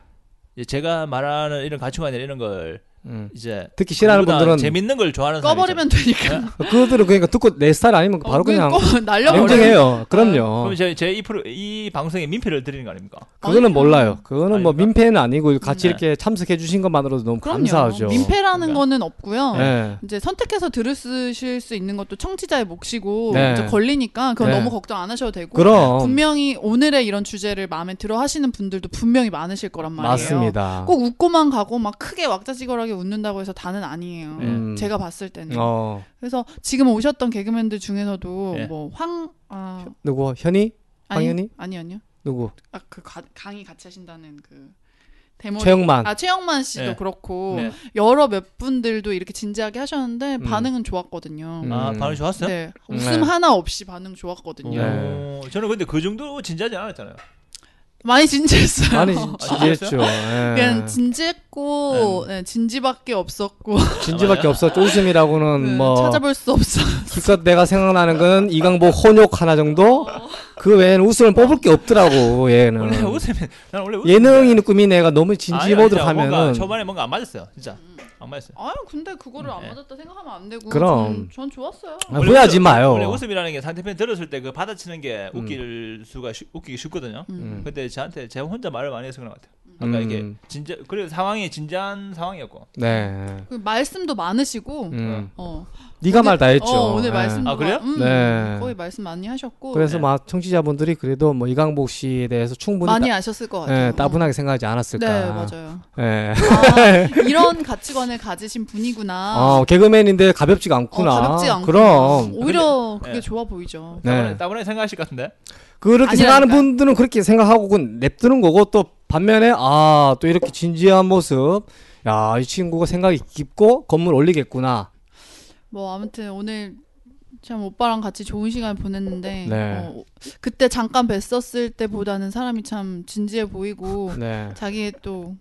이제 제가 말하는 이런 가치관이나 이런 걸
음.
이제
듣기 싫어하는
누구나
분들은
재밌는 걸 좋아하는
꺼버리면 되니까.
그들은 그러니까 듣고 내 스타일 아니면 바로
어,
그냥
꺼- 날려버려.
냉정해요. 그럼요.
그럼 제제이 프로 이 방송에 민폐를 드리는 거 아닙니까?
그거는
아니,
몰라요. 그거는 뭐
아닙니까?
민폐는 아니고 같이
네.
이렇게 참석해 주신 것만으로도 너무
그럼요.
감사하죠.
민폐라는 네.
그러니까.
거는 없고요.
예.
이제 선택해서 들으실 수 있는 것도 청취자의 몫이고
네.
이제 걸리니까 그건
네.
너무 걱정 안 하셔도 되고
그럼
네, 분명히 오늘의 이런 주제를 마음에 들어 하시는 분들도 분명히 많으실 거란 말이에요.
맞습니다.
꼭 웃고만 가고 막 크게 왁자지껄하게 웃는다고 해서 다는 아니에요.
음.
네, 제가 봤을 때는.
어
그래서 지금 오셨던 개그맨들 중에서도
예.
뭐황 아,
누구 현이
아니,
황현희?
아니 아니요.
누구
아 그 강의 같이 하신다는 그 대모
최영만
아 최영만 씨도
예.
그렇고
네.
여러 몇 분들도 이렇게 진지하게 하셨는데
음.
반응은 좋았거든요.
음.
아 반응 좋았어요?
네.
음.
웃음
네.
하나 없이 반응 좋았거든요.
네.
오, 저는 근데 그 정도 진지하지 않았잖아요.
많이 진지했어요.
많이 진- 네. 진지했죠.
아,
예.
그냥 진지했고 네, 진지밖에 없었고
진지밖에
아,
없어. 웃음이라고는
네,
뭐
찾아볼 수 없어.
기껏 내가 생각나는 건 이강복 혼욕 하나 정도. 그 외에는 웃음을 뽑을 게 없더라고
원래
얘는.
웃으면 난 원래 웃
예능인 꿈이 내가 너무 네. 진지 모드로 하면은
음.
뭔가 초반에 뭔가 안 맞았어요, 진짜. 안 안 맞았어요.
아유 근데 그거를 안
네.
맞았다 생각하면 안 되고
그럼.
전, 전 좋았어요.
아, 후회하지
웃음-
마요.
원래 웃음이라는 게 상대편 들었을 때 그 받아치는 게
음.
웃길 수가 쉬- 웃기기 쉽거든요.
음.
근데 저한테 제가 혼자 말을 많이 해서 그런 것 같아요. 그러니까
음.
이게 진짜 그리고 상황이 진지한 상황이었고.
네.
그 말씀도 많으시고
음.
어.
네가 말 다 했죠.
어, 오늘
예.
말씀
아, 그래요?
음,
네.
거의 말씀 많이 하셨고
그래서
네.
막 청취자분들이 그래도 뭐 이강복 씨에 대해서 충분히
많이
따,
아셨을 것 같아요.
예, 따분하게 생각하지
어.
않았을까.
네 맞아요.
예.
아, 이런 가치관을 가지신 분이구나.
어, 개그맨인데 가볍지가 않구나.
아. 어, 가볍지 않고
그럼
오히려
근데-
그게
네.
좋아 보이죠.
네.
따분하게, 따분하게 생각하실 것 같은데.
그렇게
아니라니까.
생각하는 분들은 그렇게 생각하고 그건 냅두는 거고 또 반면에 아 또 이렇게 진지한 모습. 야 이 친구가 생각이 깊고 건물 올리겠구나.
뭐 아무튼 오늘 참 오빠랑 같이 좋은 시간 보냈는데
네.
어, 그때 잠깐 뵀었을 때보다는 사람이 참 진지해 보이고
네,
자기의 또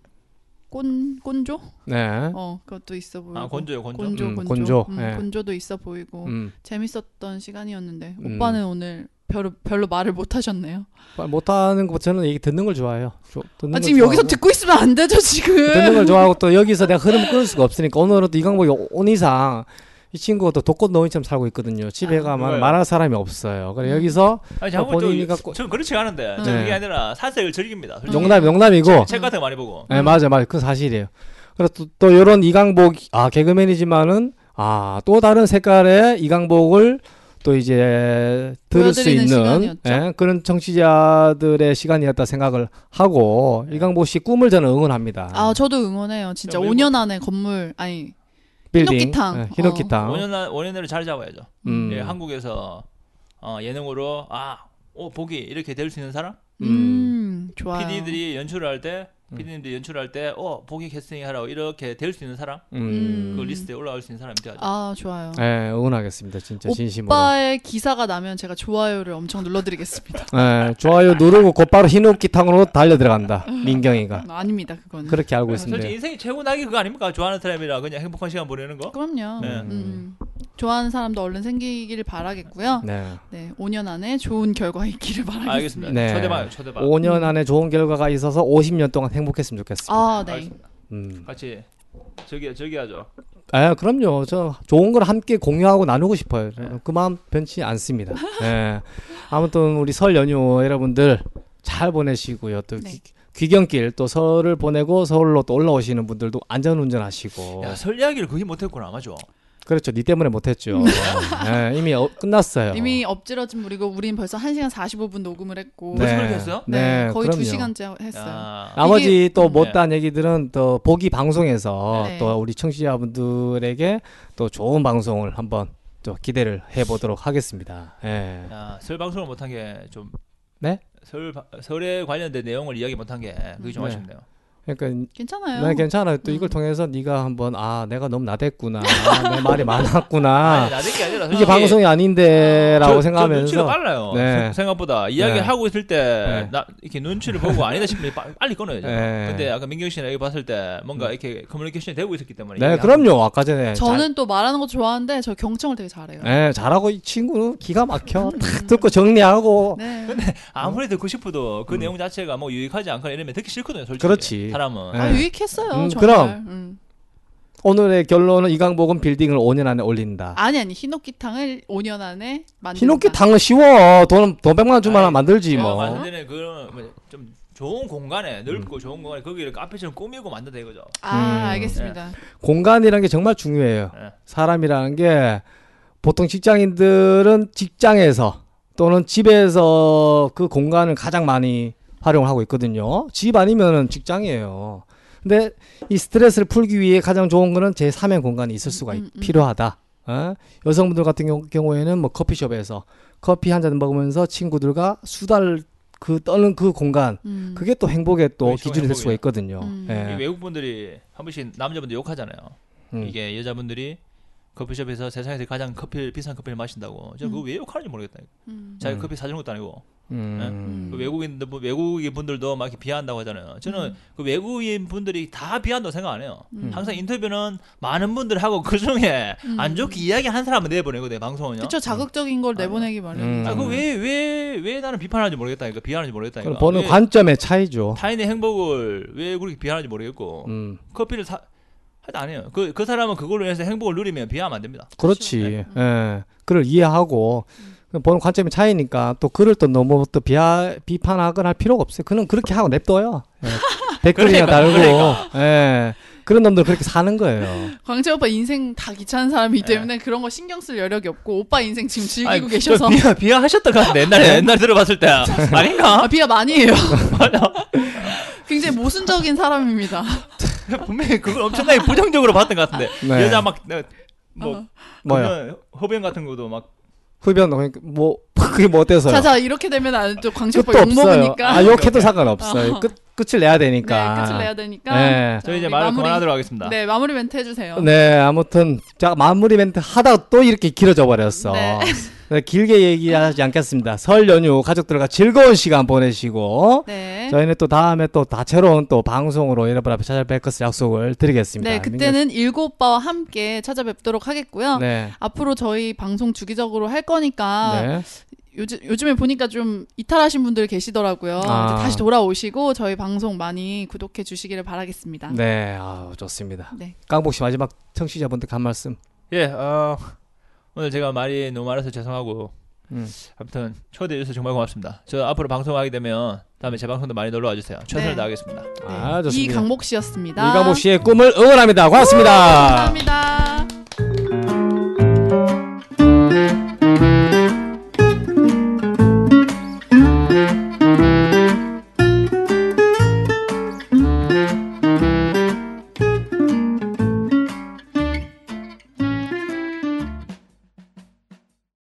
꼰, 꼰조?
네.
어 그것도 있어 보이고
아 건조요 건조.
꼰조
음,
꼰조
곤조.
음,
예.
곤조도 있어 보이고
음,
재밌었던 시간이었는데
음.
오빠는 오늘 별로 별로 말을 못 하셨네요.
못하는 것 저는 얘기 듣는 걸 좋아해요. 조- 듣는
아
걸
지금 여기서
좋아하고.
듣고 있으면 안 되죠 지금.
듣는 걸 좋아하고 또 여기서 내가 흐름을 끊을 수가 없으니까 오늘은 또 이강복이 오- 온 이상 이 친구가 또 독거 노인처럼 살고 있거든요. 집에
아, 음.
가면
그래요?
말할 사람이 없어요. 그래 여기서
아니 제가
어,
본
본인이
좀,
갖고-
저는 그렇지 않은데
네.
저는 그게 아니라 사색을 즐깁니다.
음.
솔직히.
농담 농담이고
책 같은 거 많이 보고.
예, 맞아, 맞아. 그건 사실이에요. 그래서 또, 또 이런 이강복, 아, 개그맨이지만은, 아, 또 다른 색깔의 이강복을 또 이제 들을 수
보여드리는
있는
시간이었죠.
예, 그런 청취자들의 시간이었다 생각을 하고, 이강복 씨 꿈을 저는 응원합니다.
네. 아 저도 응원해요. 진짜
야, 뭐
5년 안에 건물 아니 히노키탕. 어.
예, 히노키탕.
5년 안- 5년 내로 자리 잡아야죠.
음.
예, 한국에서 어, 예능으로 아, 오 보기 이렇게 될 수 있는 사람?
음, 좋아요.
PD들이 연출을 할 때,
음.
PD님들이 연출할 때, 어 보기 캐스팅하라고 이렇게 될 수 있는 사람,
음.
그 리스트에 올라올 수 있는 사람이 돼야죠.
아 좋아요.
예, 응원하겠습니다. 진짜 진심으로.
오빠의 기사가 나면 제가 좋아요를 엄청 눌러드리겠습니다.
예, 좋아요 누르고 곧바로 히노키탕으로 달려 들어간다. 민경이가.
아, 닙니다 그거는.
그렇게 알고
아,
있습니다.
솔직히 인생이 최고 낙이 그거 아닙니까? 좋아하는 사람이랑 그냥 행복한 시간 보내는 거.
그럼요.
네.
음, 좋아하는 사람도 얼른 생기길 바라겠고요.
네.
네, 5년 안에 좋은 결과 있기를 바라겠습니다.
아, 알겠습니다.
네.
초대봐요, 초대봐.
5년 안에 좋은 결과가 있어서 50년 동안 행복했으면 좋겠습니다.
아, 네.
알겠습니다.
음.
같이 저기 저기 하죠.
아, 그럼요. 저 좋은 걸 함께 공유하고 나누고 싶어요.
네.
저는 그 마음 변치 않습니다. 예. 아무튼 우리 설 연휴 여러분들 잘 보내시고요. 또
네.
귀, 귀경길 또 설을 보내고 서울로 또 올라오시는 분들도 안전 운전하시고.
야, 설 이야기를 그게 못했구나, 맞죠?
그렇죠. 네 때문에 못했죠.
아,
예, 이미 어- 끝났어요.
음. 이미 엎질러진 물이고 우린 벌써 1시간 45분 녹음을 했고
벌써 그렇게 했어요? 네.
네,
네,
거의
그럼요.
2시간째 했어요.
야,
나머지
이게-
또
음.
못다한 얘기들은 또 보기 방송에서
네.
또 우리 청취자분들에게 또 좋은 방송을 한번 또 기대를 해보도록 하겠습니다. 예.
야, 설 방송을 못한 게 좀.
네?
설 바- 설에 관련된 내용을 이야기 못한 게 그게 좀
네.
아쉽네요.
그러니까
괜찮아요. 음.
난 괜찮아. 또 이걸 통해서 네가 한번 아 내가 너무 나댔구나. 아, 내 말이 많았구나.
아니, 나댄 게 아니라
이게 방송이 아닌데라고
저- 저 눈치가
생각하면서
빨라요.
네.
생- 생각보다 이야기
네.
를 하고 있을 때
네.
나 이렇게 눈치를 보고 아니다 싶으면 빠- 빨리 끊어야죠.
네. 음.
근데 아까 민경 씨나 여기 봤을 때 뭔가 이렇게 커뮤니케이션이 되고 있었기 때문에
네
이게
그럼요. 아까 전에
저는 또 말하는 거 좋아하는데 저 경청을 되게 잘해요.
잘, 네, 잘하고 이 친구는 기가 막혀.
음.
탁 듣고 정리하고
네.
아무리 듣고 싶어도 그 내용 자체가 뭐 유익하지 않거나 이러면 듣기 싫거든요. 솔직히
음. 그렇지.
사람은
네.
아, 유익했어요.
음,
정말. 음.
오늘의 결론은 이강복은 빌딩을 5년 안에 올린다.
아니 아니 히노키탕을 5년 안에 만든다.
히노키 당은 쉬워. 돈돈 100만 원 주면
아이,
하나 만들지
제가
뭐.
봤을 때는 뭐 그좀 좋은 공간에 넓고 좋은 공간에 거기를 카페처럼 꾸미고 만든다 이거죠.
아
음.
알겠습니다.
공간이라는 게 정말 중요해요.
네.
사람이라는 게 보통 직장인들은 직장에서 또는 집에서 그 공간을 가장 많이 활용을 하고 있거든요. 집 아니면은 직장이에요. 근데 이 스트레스를 풀기 위해 가장 좋은 거는 제 3의 공간이 있을 수가 있-
음, 음.
필요하다. 어? 여성분들 같은 경우- 경우에는 뭐 커피숍에서 커피 한 잔 먹으면서 친구들과 수다를 그 떠는 그 공간
음.
그게 또 행복의 또
그게 좋은
기준이 될 수가
네, 행복이에요.
있거든요.
음.
예.
이 외국 분들이 한 번씩 남자분들 욕하잖아요.
음.
이게 여자분들이 커피숍에서 세상에서 가장 커피를 비싼 커피를 마신다고. 저 그거 왜 욕하는지 모르겠다.
음.
자기
음.
커피 사주는 것도 아니고
음.
그 외국인들 뭐 외국인 분들도 막 이렇게 비한다고 하잖아요. 저는 그 외국인 분들이 다 비한다고 생각 안 해요.
음.
항상 인터뷰는 많은 분들하고 그 중에
음.
안 좋게 이야기 한 사람은 내보내거든요. 방송은요.
그쵸 자극적인 걸 내보내기 마련이죠.
아,
음.
그 왜 왜 왜 나는 비판하는지 모르겠다니까 비하는지
그럼
모르겠다니까.
보는
왜
관점의 차이죠.
뭐. 타인의 행복을 왜 그렇게 비하는지 모르겠고
음.
커피를 사 하여튼 안 해요. 그, 그 사람은 그걸로 해서 행복을 누리면 비하하면 안 됩니다.
그렇지.
그렇죠. 네.
예. 그를 이해하고
음.
보는 관점이 차이니까 또 그를 또 너무 또 비하 비판하거나 할 필요가 없어요. 그는 그렇게 하고 냅둬요. 예.
그러니까,
댓글이나 달고.
그러니까.
예. 그런 놈들 그렇게 사는 거예요.
광재 오빠 인생 다 귀찮은 사람이기
네.
때문에 그런 거 신경 쓸 여력이 없고 오빠 인생 지금 즐기고
아니,
계셔서
그 비하, 비하하셨던 것 같은데, 옛날에, 옛날 들어봤을 때. 네. 아닌가?
아, 비하 많이 해요. 굉장히 모순적인 사람입니다.
분명히 그걸 엄청나게 부정적으로 봤던 것 같은데.
네.
여자 막, 내- 뭐,
어.
뭐요?
그냥 흡연 같은 것도 막
흡연 그러니까 뭐 그게 뭐 어때서요?
자자 이렇게 되면 아, 안또 광재 오빠
끝도
욕
없어요.
먹으니까
아
그러니까.
욕해도 상관없어요.
어.
끝 끝을 내야 되니까.
네 끝을 내야 되니까
그러니까. 네.
저희
우리
이제 말을
마무리.
그만하도록 하겠습니다.
네 마무리 멘트 해주세요.
네, 아무튼 자 마무리 멘트 하다가 또 이렇게 길어져 버렸어.
네.
네, 길게 얘기하지 않겠습니다. 설 연휴 가족들과 즐거운 시간 보내시고
네.
저희는 또 다음에 또 다채로운 또 방송으로 여러분 앞에 찾아뵐 것을 약속을 드리겠습니다.
네, 그때는 일곱 오빠와 함께 찾아뵙도록 하겠고요.
네.
앞으로 저희 방송 주기적으로 할 거니까
네.
요즘 요즘에 보니까 좀 이탈하신 분들 계시더라고요.
아.
이제 다시 돌아오시고 저희 방송 많이 구독해 주시기를 바라겠습니다.
네. 아, 좋습니다.
네.
깡복 씨 마지막 청취자분들 한 말씀.
예, 어, 오늘 제가 말이 너무 많아서 죄송하고
음.
아무튼 초대해 주셔서 정말 고맙습니다. 저 앞으로 방송하게 되면 다음에 제 방송도 많이 놀러와 주세요. 최선을
네.
다하겠습니다.
아,
이
좋습니다.
강복 씨였습니다.
이강복 씨의 꿈을 응원합니다. 고맙습니다.
감사합니다.